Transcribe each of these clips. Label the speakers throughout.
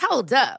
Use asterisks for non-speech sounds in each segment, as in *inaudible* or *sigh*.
Speaker 1: Hold up.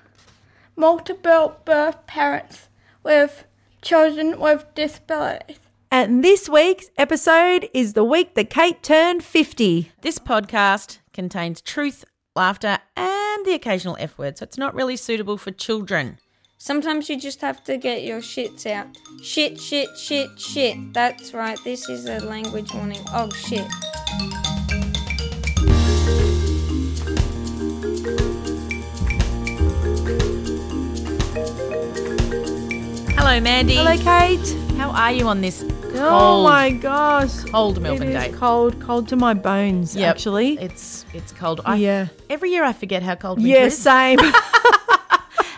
Speaker 2: multiple birth parents with children with disabilities.
Speaker 3: And this week's episode is the week that Kate turned 50.
Speaker 4: This podcast contains truth, laughter, and the occasional F word, so it's not really suitable for children.
Speaker 5: Sometimes you just have to get your shits out. Shit, shit, shit, shit. That's right, this is a language warning. Oh shit.
Speaker 4: Hello, Mandy.
Speaker 3: Hello, Kate.
Speaker 4: How are you on this cold,
Speaker 3: Oh my gosh.
Speaker 4: cold Melbourne
Speaker 3: It is
Speaker 4: day?
Speaker 3: cold, cold to my bones,
Speaker 4: Yep.
Speaker 3: actually.
Speaker 4: it's it's cold. I,
Speaker 3: Yeah.
Speaker 4: Every year I forget how cold winter
Speaker 3: yeah,
Speaker 4: is. *laughs*
Speaker 3: same. *laughs*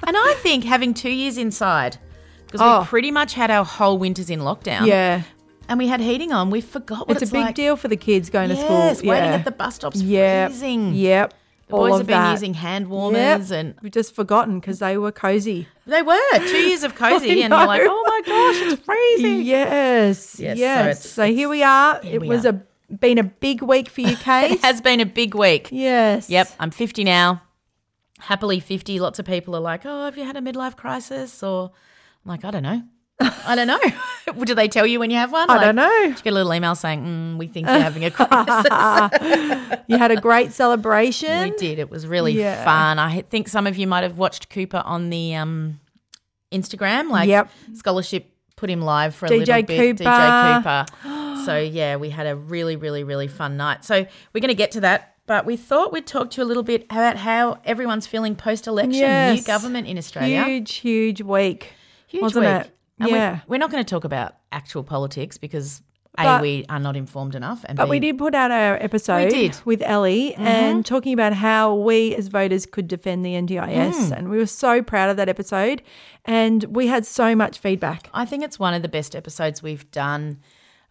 Speaker 4: And I think having two years inside, because
Speaker 3: Oh.
Speaker 4: we pretty much had our whole winters in lockdown.
Speaker 3: yeah.
Speaker 4: And we had heating on. We forgot what
Speaker 3: it's,
Speaker 4: it's,
Speaker 3: a big
Speaker 4: like.
Speaker 3: deal for the kids going
Speaker 4: Yes,
Speaker 3: to school.
Speaker 4: waiting
Speaker 3: yeah.
Speaker 4: at the bus stops,
Speaker 3: Yep.
Speaker 4: freezing.
Speaker 3: Yep.
Speaker 4: The boys
Speaker 3: All
Speaker 4: have
Speaker 3: of
Speaker 4: been
Speaker 3: that.
Speaker 4: using hand
Speaker 3: Yep.
Speaker 4: warmers and
Speaker 3: We've just forgotten because they were cozy.
Speaker 4: they were two years *laughs* of cozy,
Speaker 3: I
Speaker 4: and you're like,
Speaker 3: know.
Speaker 4: oh my gosh, it's freezing.
Speaker 3: Yes.
Speaker 4: *laughs* Yes,
Speaker 3: Yes.
Speaker 4: so it's-
Speaker 3: So, here we are. it
Speaker 4: we
Speaker 3: was
Speaker 4: are.
Speaker 3: a been a big week for you, Kate.
Speaker 4: *laughs* It has been a big week.
Speaker 3: yes.
Speaker 4: Yep, I'm 50 now. Happily 50. Lots of people are like, "Oh, have you had a midlife crisis?" Or I'm like, "I don't know. I don't know." *laughs* Do they tell you when you have one?
Speaker 3: I
Speaker 4: Like,
Speaker 3: don't know.
Speaker 4: do you get a little email saying, mm, "We think you're having a *laughs* crisis."
Speaker 3: You had a
Speaker 4: *laughs*
Speaker 3: great celebration.
Speaker 4: we did. It was really
Speaker 3: Yeah.
Speaker 4: fun. I think some of you might have watched Cooper on the um, Instagram. Like,
Speaker 3: Yep.
Speaker 4: scholarship put him live for a
Speaker 3: DJ
Speaker 4: little bit.
Speaker 3: Cooper.
Speaker 4: DJ Cooper. *gasps* so yeah, we had a really, really, really fun night. So we're going to get to that, but we thought we'd talk to you a little bit about how everyone's feeling post-election, new
Speaker 3: Yes.
Speaker 4: government in Australia.
Speaker 3: Huge, huge week.
Speaker 4: Huge
Speaker 3: wasn't
Speaker 4: week.
Speaker 3: it?
Speaker 4: And we-
Speaker 3: Yeah.
Speaker 4: we're, not going to talk about actual politics because a
Speaker 3: But-
Speaker 4: we are not informed enough, and
Speaker 3: But we
Speaker 4: B,
Speaker 3: did put out our episode
Speaker 4: We did. Mm-hmm.
Speaker 3: with Ellie and talking about how we as voters could defend the NDIS.
Speaker 4: Mm.
Speaker 3: And we were so proud of that episode. And we had so much feedback.
Speaker 4: I think it's one of the best episodes we've done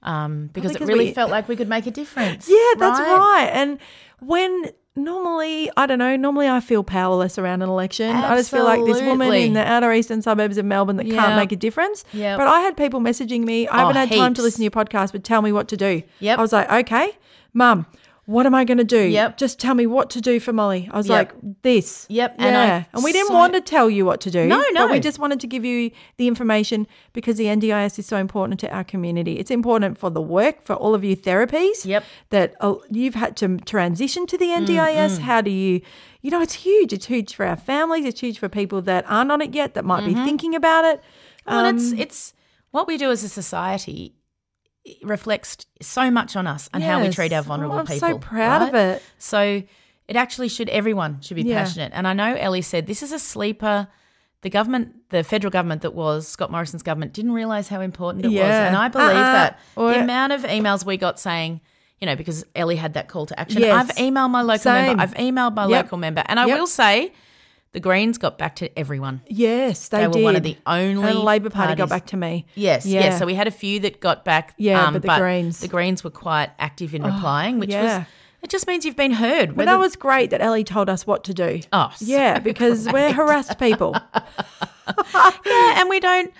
Speaker 4: um, because it
Speaker 3: because
Speaker 4: really
Speaker 3: we-
Speaker 4: felt like we could make a difference.
Speaker 3: Yeah, that's right. And when normally, I don't know, normally I feel powerless around an election. I just feel like this woman
Speaker 4: Absolutely.
Speaker 3: in the outer eastern suburbs of Melbourne that
Speaker 4: Yeah.
Speaker 3: can't make a difference.
Speaker 4: Yep. Oh,
Speaker 3: But I had people messaging me, I haven't had time to listen
Speaker 4: heaps.
Speaker 3: to your podcast, but tell me what to do.
Speaker 4: Yep.
Speaker 3: I was like, okay, mum. what am I going to do?
Speaker 4: Yep.
Speaker 3: Just tell me what to do for Molly. I was
Speaker 4: Yep.
Speaker 3: like, this.
Speaker 4: Yep,
Speaker 3: Yeah.
Speaker 4: and
Speaker 3: And,
Speaker 4: I
Speaker 3: we didn't
Speaker 4: so-
Speaker 3: want to tell you what to do.
Speaker 4: No, no.
Speaker 3: But we just wanted to give you the information because the NDIS is so important to our community. It's important for the work, for all of you therapies.
Speaker 4: Yep.
Speaker 3: That uh, you've had to transition to the
Speaker 4: Mm,
Speaker 3: NDIS. How do you, you know, it's huge. It's huge for our families. It's huge for people that aren't on it yet, that might
Speaker 4: Mm-hmm.
Speaker 3: be thinking about it.
Speaker 4: Well,
Speaker 3: Um,
Speaker 4: and it's it's what we do as a society it reflects so much on us and how we
Speaker 3: Yes.
Speaker 4: treat our
Speaker 3: Oh,
Speaker 4: vulnerable
Speaker 3: I'm so
Speaker 4: people.
Speaker 3: proud of it.
Speaker 4: So it actually should everyone should be
Speaker 3: Yeah.
Speaker 4: passionate. And I know Ellie said this is a sleeper. The government, the federal government that was Scott Morrison's government, didn't realise how important it was,
Speaker 3: Yeah.
Speaker 4: and I believe
Speaker 3: Uh-uh.
Speaker 4: that
Speaker 3: Or-
Speaker 4: the amount of emails we got saying. You know, because Ellie had that call to action.
Speaker 3: Yes.
Speaker 4: I've emailed my local
Speaker 3: Same.
Speaker 4: member. I've emailed my
Speaker 3: Yep.
Speaker 4: local member. And I
Speaker 3: Yep.
Speaker 4: will say, the Greens got back to everyone.
Speaker 3: Yes, they,
Speaker 4: They were
Speaker 3: did.
Speaker 4: one of the only
Speaker 3: And the Labor Party got
Speaker 4: parties-
Speaker 3: back to me.
Speaker 4: Yes,
Speaker 3: Yeah.
Speaker 4: yes. So we had a few that got back. um,
Speaker 3: Yeah, but the Greens- Oh,
Speaker 4: The Greens were quite active in replying, which
Speaker 3: yeah.
Speaker 4: was it just means you've been heard.
Speaker 3: But
Speaker 4: whether-
Speaker 3: that was great that Ellie told us what to do.
Speaker 4: Oh, so *laughs*
Speaker 3: yeah, because we're harassed people. *laughs*
Speaker 4: yeah, and we don't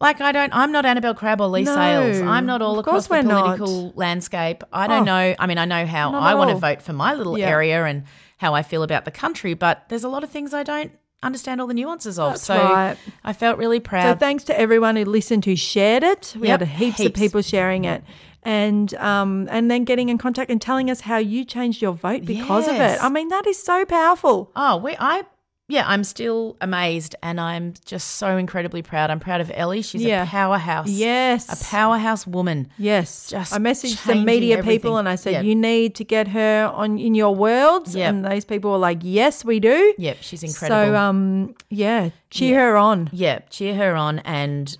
Speaker 4: like I don't. I'm not Annabelle Crabb or Lee
Speaker 3: No,
Speaker 4: Sales. I'm not all
Speaker 3: of course
Speaker 4: across the
Speaker 3: we're not.
Speaker 4: political landscape. I don't
Speaker 3: Oh,
Speaker 4: know. I mean, I know how
Speaker 3: not
Speaker 4: I
Speaker 3: at
Speaker 4: want to
Speaker 3: all.
Speaker 4: vote for my little
Speaker 3: Yeah.
Speaker 4: area and how I feel about the country, but there's a lot of things I don't understand all the nuances of.
Speaker 3: That's
Speaker 4: so
Speaker 3: right.
Speaker 4: I felt really
Speaker 3: so
Speaker 4: proud.
Speaker 3: thanks to everyone who listened, who shared it. We
Speaker 4: Yep,
Speaker 3: had heaps, of
Speaker 4: heaps.
Speaker 3: people sharing it. And um, and then getting in contact and telling us how you changed your vote because of
Speaker 4: Yes.
Speaker 3: it. I mean, that is so powerful.
Speaker 4: Oh, we I yeah, I'm still amazed and I'm just so incredibly proud. I'm proud of Ellie. She's
Speaker 3: Yeah.
Speaker 4: a powerhouse.
Speaker 3: Yes.
Speaker 4: A powerhouse woman.
Speaker 3: Yes.
Speaker 4: Just
Speaker 3: I messaged the
Speaker 4: changing
Speaker 3: media
Speaker 4: everything.
Speaker 3: people and I said,
Speaker 4: Yeah.
Speaker 3: You need to get her on in your worlds.
Speaker 4: Yep.
Speaker 3: And those people were like, Yes, we do.
Speaker 4: Yep, she's incredible.
Speaker 3: So um yeah, cheer her on.
Speaker 4: yep, cheer her on and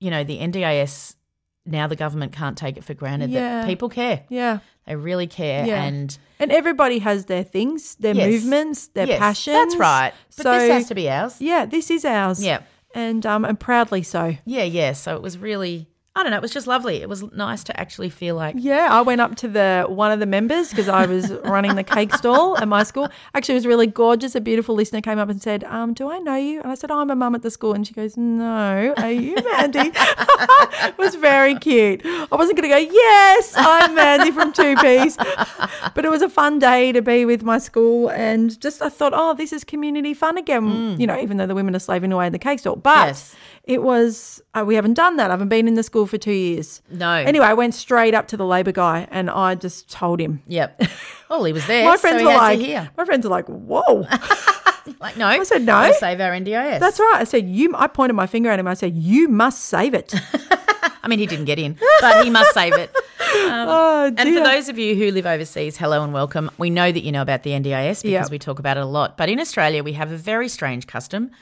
Speaker 4: you know, the NDIS now the government can't take it for granted
Speaker 3: Yeah.
Speaker 4: that people care.
Speaker 3: Yeah.
Speaker 4: They really care
Speaker 3: Yeah.
Speaker 4: and
Speaker 3: And everybody has their things, their
Speaker 4: Yes.
Speaker 3: movements, their
Speaker 4: Yes,
Speaker 3: passions.
Speaker 4: That's right. But this has to be ours.
Speaker 3: Yeah, this is ours.
Speaker 4: Yeah.
Speaker 3: And um and proudly so.
Speaker 4: Yeah, yeah. So it was really I don't know, it was just lovely. It was nice to actually feel like
Speaker 3: Yeah, I went up to the one of the members because I
Speaker 4: *laughs*
Speaker 3: was running the cake stall at my school. Actually, it was really gorgeous. A beautiful listener came up and said, um, "Do I know you?" And I said, oh, "I'm a mum at the school." And she goes, "No, are you Mandy?" *laughs* it was very cute. I wasn't going to go, "Yes, I'm Mandy from Two Piece," *laughs* but it was a fun day to be with my school, and just I thought, "Oh, this is community fun again." You know, even though the women are slaving away in the cake stall, but
Speaker 4: Mm. Yes.
Speaker 3: it was. Uh, we haven't done that. I haven't been in the school for two years.
Speaker 4: No.
Speaker 3: Anyway, I went straight up to the Labor guy and I just told him.
Speaker 4: Yep. *laughs* Well, he was there.
Speaker 3: my friends
Speaker 4: so he
Speaker 3: were
Speaker 4: had
Speaker 3: like,
Speaker 4: to hear.
Speaker 3: my friends are like, whoa, *laughs*
Speaker 4: Like, no.
Speaker 3: I said, no.
Speaker 4: We'll save our NDIS.
Speaker 3: that's right. I said, you. I pointed my finger at him. I said, you must save it.
Speaker 4: Um, I mean, he didn't get in, but he must save it.
Speaker 3: *laughs* oh,
Speaker 4: And
Speaker 3: dear.
Speaker 4: for those of you who live overseas, hello and welcome. We know that you know about the NDIS because
Speaker 3: Yep.
Speaker 4: we talk about it a lot. But in Australia, we have a very strange custom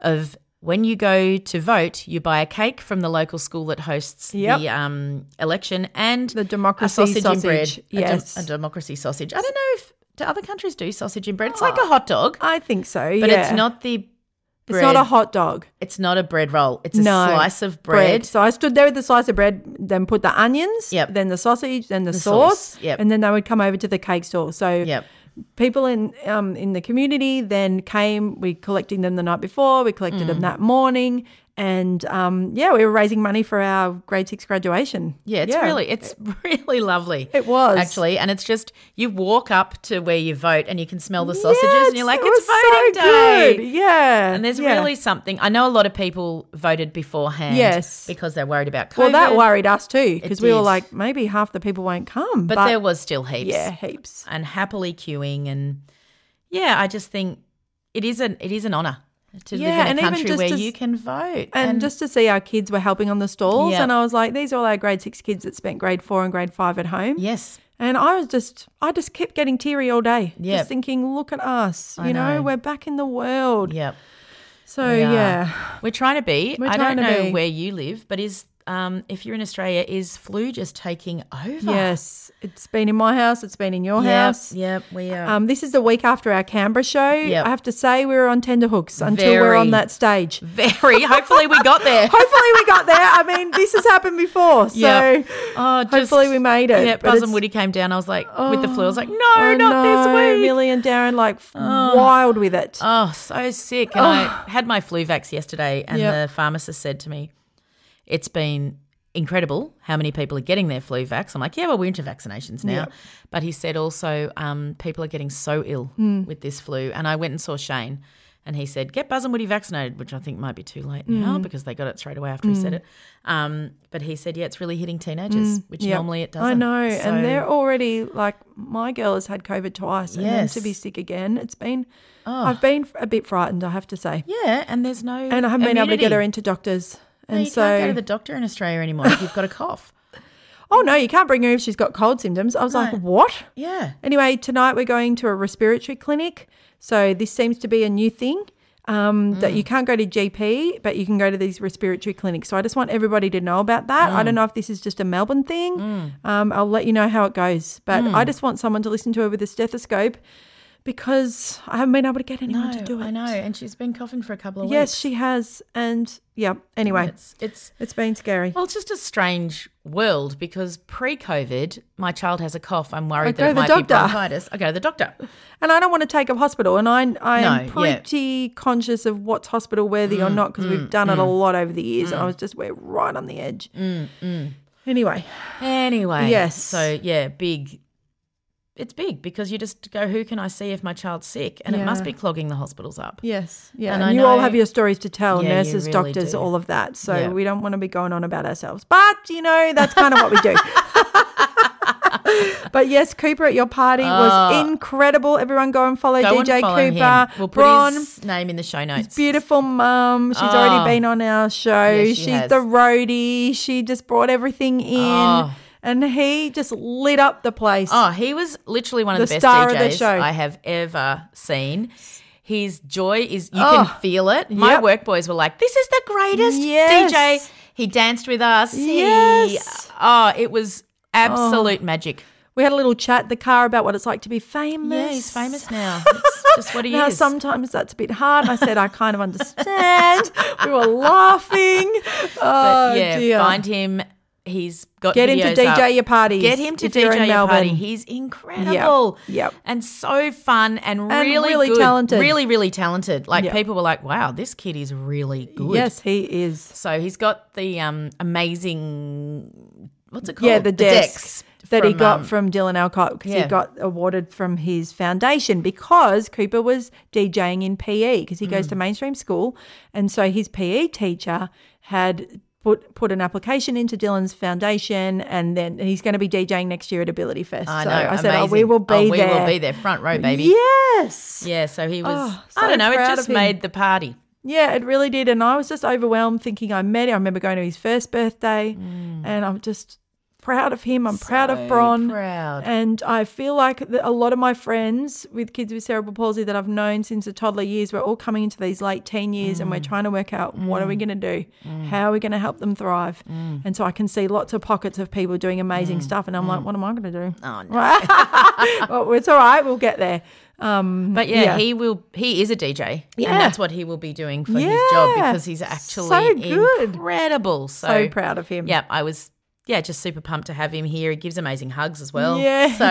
Speaker 4: of when you go to vote, you buy a cake from the local school that hosts
Speaker 3: Yep.
Speaker 4: the um, election and
Speaker 3: The
Speaker 4: a
Speaker 3: democracy
Speaker 4: sausage, in
Speaker 3: sausage.
Speaker 4: bread. A dem-
Speaker 3: Yes.
Speaker 4: a, democracy sausage. I don't know if do other countries do sausage in bread. It's like a hot dog,
Speaker 3: I think so.
Speaker 4: but
Speaker 3: Oh. yeah.
Speaker 4: it's not the.
Speaker 3: It's not a
Speaker 4: bread.
Speaker 3: hot dog.
Speaker 4: It's not a bread roll. It's a
Speaker 3: no
Speaker 4: slice of bread.
Speaker 3: So I stood there with the slice of bread, then put the onions,
Speaker 4: Yep.
Speaker 3: then the sausage, then the,
Speaker 4: The
Speaker 3: sauce,
Speaker 4: sauce, yep.
Speaker 3: and then they would come over to the cake store. So
Speaker 4: Yep.
Speaker 3: people in um, in the community then came. We collected them the night before. We collected
Speaker 4: Mm.
Speaker 3: them that morning, and um, yeah, we were raising money for our grade six graduation.
Speaker 4: Yeah, it's really it's *laughs* really lovely.
Speaker 3: It was.
Speaker 4: actually, and it's just you walk up to where you vote and you can smell the sausages and you're like,
Speaker 3: it
Speaker 4: it's
Speaker 3: was
Speaker 4: voting
Speaker 3: so
Speaker 4: day.
Speaker 3: Good. Yeah,
Speaker 4: And there's
Speaker 3: yeah.
Speaker 4: really something. I know a lot of people voted beforehand.
Speaker 3: Yes.
Speaker 4: because they're worried about COVID.
Speaker 3: well that worried us too
Speaker 4: It
Speaker 3: because we were
Speaker 4: did.
Speaker 3: like maybe half the people won't come,
Speaker 4: but, there was still heaps.
Speaker 3: yeah heaps.
Speaker 4: and happily queuing and yeah, I just think it is an it is an honor to
Speaker 3: Yeah,
Speaker 4: live in
Speaker 3: and
Speaker 4: a
Speaker 3: even
Speaker 4: country
Speaker 3: just
Speaker 4: where
Speaker 3: as-
Speaker 4: you can vote
Speaker 3: and, just to see our kids were helping on the stalls
Speaker 4: Yeah.
Speaker 3: and i was like these are all our grade six kids that spent grade four and grade five at home
Speaker 4: yes,
Speaker 3: and i was just i just kept getting teary all day
Speaker 4: Yeah.
Speaker 3: just thinking look at us
Speaker 4: I
Speaker 3: you know,
Speaker 4: know.
Speaker 3: we're back in the world
Speaker 4: yep.
Speaker 3: so
Speaker 4: We are.
Speaker 3: Oh, yeah
Speaker 4: We're trying to be.
Speaker 3: We're
Speaker 4: I
Speaker 3: trying
Speaker 4: don't
Speaker 3: to
Speaker 4: know
Speaker 3: be.
Speaker 4: where you live, but is um, if you're in Australia, is flu just taking over?
Speaker 3: yes it's been in my house it's been in your
Speaker 4: Yep,
Speaker 3: house
Speaker 4: Yep. We are.
Speaker 3: um, this is the week after our Canberra show.
Speaker 4: Yep.
Speaker 3: I have to say, we were on tenderhooks until we're
Speaker 4: Very.
Speaker 3: on that stage.
Speaker 4: *laughs* very. Hopefully, we got
Speaker 3: *laughs*
Speaker 4: there.
Speaker 3: Hopefully, we got there. I mean, this has happened before. So,
Speaker 4: Yep. Oh, just-
Speaker 3: hopefully, we made it.
Speaker 4: Yeah,
Speaker 3: but
Speaker 4: Buzz
Speaker 3: it's-
Speaker 4: and Woody came down. I was like, with the flu. I was like, no,
Speaker 3: Oh,
Speaker 4: not this
Speaker 3: no,
Speaker 4: week.
Speaker 3: Millie and Darren like f- wild with it.
Speaker 4: Oh, so sick. And I had my flu vax yesterday, and
Speaker 3: Oh. Yep.
Speaker 4: the pharmacist said to me, It's been incredible how many people are getting their flu vax. I'm like, yeah, well, we're into vaccinations now. But he said also um, people are getting so ill
Speaker 3: Hmm.
Speaker 4: with this flu. And I went and saw Shane and he said, get Buzz and Woody vaccinated, which I think might be too late now
Speaker 3: Hmm.
Speaker 4: because they got it straight away after he said it. Um, but he said, yeah, it's really hitting teenagers, which
Speaker 3: Yeah.
Speaker 4: normally it doesn't.
Speaker 3: Hmm. I know,
Speaker 4: So-
Speaker 3: and they're already like my girl has had COVID twice, and then
Speaker 4: Yes.
Speaker 3: to
Speaker 4: Ah.
Speaker 3: be sick again, it's been. I've been a bit frightened, I have to say,
Speaker 4: Yeah, and there's no.
Speaker 3: and I haven't been able to get her
Speaker 4: immunity.
Speaker 3: into doctors.
Speaker 4: No,
Speaker 3: And
Speaker 4: you
Speaker 3: so,
Speaker 4: can't go to the doctor in Australia anymore if you've got a cough.
Speaker 3: oh no, you can't bring her if she's got cold symptoms. I was like, what?
Speaker 4: Yeah.
Speaker 3: Anyway, tonight we're going to a respiratory clinic. So this seems to be a new thing um, that
Speaker 4: Mm.
Speaker 3: you can't go to GP, but you can go to these respiratory clinics. So I just want everybody to know about that.
Speaker 4: Mm.
Speaker 3: I don't know if this is just a Melbourne thing. Um, I'll let you know how it goes. But
Speaker 4: Mm.
Speaker 3: I just want someone to listen to her with a stethoscope because I haven't been able to get anyone to do it.
Speaker 4: I know, and she's been coughing for a couple of
Speaker 3: Yes,
Speaker 4: weeks.
Speaker 3: she has. And yeah, anyway,
Speaker 4: It's it's
Speaker 3: it's been scary.
Speaker 4: well, it's just a strange world because pre-COVID, my child has a cough. I'm worried
Speaker 3: go
Speaker 4: that it
Speaker 3: to the
Speaker 4: might be
Speaker 3: doctor.
Speaker 4: bronchitis. I go to the doctor.
Speaker 3: And I don't want to take up hospital. And I, I am
Speaker 4: No, yeah. Mm,
Speaker 3: pretty conscious of what's hospital worthy or not because we've done it a lot over the years. And I was just, we're right on the edge.
Speaker 4: Mm,
Speaker 3: Anyway,
Speaker 4: Anyway,
Speaker 3: Yes.
Speaker 4: So yeah, big. It's big because you just go, who can I see if my child's sick? And
Speaker 3: Yeah.
Speaker 4: it must be clogging the hospitals up.
Speaker 3: yes. Yeah.
Speaker 4: And
Speaker 3: And,
Speaker 4: I
Speaker 3: you all
Speaker 4: know-
Speaker 3: have your stories to tell
Speaker 4: Yeah, you
Speaker 3: nurses,
Speaker 4: really
Speaker 3: doctors,
Speaker 4: do.
Speaker 3: all of that. So
Speaker 4: Yeah.
Speaker 3: we don't want to be going on about ourselves. But, you know, that's kind of what we
Speaker 4: *laughs*
Speaker 3: do. but yes, Cooper at your party was incredible. Everyone go and follow
Speaker 4: Ah. Go and
Speaker 3: DJ
Speaker 4: follow him.
Speaker 3: Cooper.
Speaker 4: We'll put
Speaker 3: Bron,
Speaker 4: his name in the show notes.
Speaker 3: beautiful mum. She's
Speaker 4: Oh.
Speaker 3: already been on our show.
Speaker 4: Yeah, she
Speaker 3: She's
Speaker 4: has.
Speaker 3: the roadie. She just brought everything in.
Speaker 4: Oh.
Speaker 3: And he just lit up the place.
Speaker 4: Oh, he was literally one of
Speaker 3: The
Speaker 4: the, best
Speaker 3: star of
Speaker 4: DJs
Speaker 3: the show.
Speaker 4: I have ever seen. His joy is you
Speaker 3: Oh,
Speaker 4: can feel it. My
Speaker 3: yep.
Speaker 4: work boys were like, "This is the greatest
Speaker 3: Yes.
Speaker 4: DJ." He danced with us. He-
Speaker 3: Yes. Oh.
Speaker 4: oh, it was absolute magic.
Speaker 3: We had a little chat in the car about what it's like to be famous.
Speaker 4: Yeah, he's
Speaker 3: *laughs*
Speaker 4: famous now. It's just what he
Speaker 3: Now,
Speaker 4: is.
Speaker 3: sometimes that's a bit hard. I said, I kind
Speaker 4: *laughs*
Speaker 3: of understand. we were laughing. Oh,
Speaker 4: But yeah,
Speaker 3: dear.
Speaker 4: find him. He's got
Speaker 3: Get him to
Speaker 4: videos
Speaker 3: DJ
Speaker 4: up.
Speaker 3: your parties
Speaker 4: Get him to
Speaker 3: if you're
Speaker 4: DJ
Speaker 3: in
Speaker 4: your
Speaker 3: Melbourne.
Speaker 4: party. He's incredible.
Speaker 3: yep.
Speaker 4: And so fun and,
Speaker 3: And
Speaker 4: really,
Speaker 3: really
Speaker 4: good.
Speaker 3: talented.
Speaker 4: Really, really talented. Like
Speaker 3: Yep.
Speaker 4: people were like, "Wow, this kid is really good."
Speaker 3: Yes, he is.
Speaker 4: So he's got the um amazing what's it called?
Speaker 3: Yeah, the, desks, that he got
Speaker 4: um,
Speaker 3: from Dylan Alcott because he
Speaker 4: yeah.
Speaker 3: got awarded from his foundation because Cooper was DJing in PE because he goes
Speaker 4: Mm.
Speaker 3: to mainstream school, and so his PE teacher had. Put, put an application into Dylan's foundation, and then he's going to be DJing next year at Ability Fest.
Speaker 4: I
Speaker 3: so
Speaker 4: know.
Speaker 3: I said, "Oh, we
Speaker 4: amazing.
Speaker 3: will be
Speaker 4: Oh,
Speaker 3: there.
Speaker 4: We will be there, front row, baby.
Speaker 3: Yes,
Speaker 4: Yeah, so he was.
Speaker 3: Oh,
Speaker 4: I
Speaker 3: so
Speaker 4: don't know. It
Speaker 3: proud
Speaker 4: just
Speaker 3: of him.
Speaker 4: made the party.
Speaker 3: Yeah, it really did. And I was just overwhelmed thinking I met him. I remember going to his first birthday and I'm just proud of him. I'm proud of Bron.
Speaker 4: proud.
Speaker 3: And I feel like that a lot of my friends with kids with cerebral palsy that I've known since the toddler years, we're all coming into these late teen years and we're trying to work out what are we going to do? How are we going to help them thrive? And so I can see lots of pockets of people doing amazing stuff. And I'm like, what am I going to do? Oh, no. *laughs* well, it's all right. We'll get there. Um,
Speaker 4: But yeah,
Speaker 3: Yeah.
Speaker 4: he will. He is a DJ,
Speaker 3: Yeah.
Speaker 4: and that's what he will be doing for his job
Speaker 3: Yeah.
Speaker 4: because he's actually
Speaker 3: So good.
Speaker 4: incredible. So,
Speaker 3: so proud of him.
Speaker 4: Yeah, I was. Yeah, just super pumped to have him here. He gives amazing hugs as well.
Speaker 3: Yes.
Speaker 4: So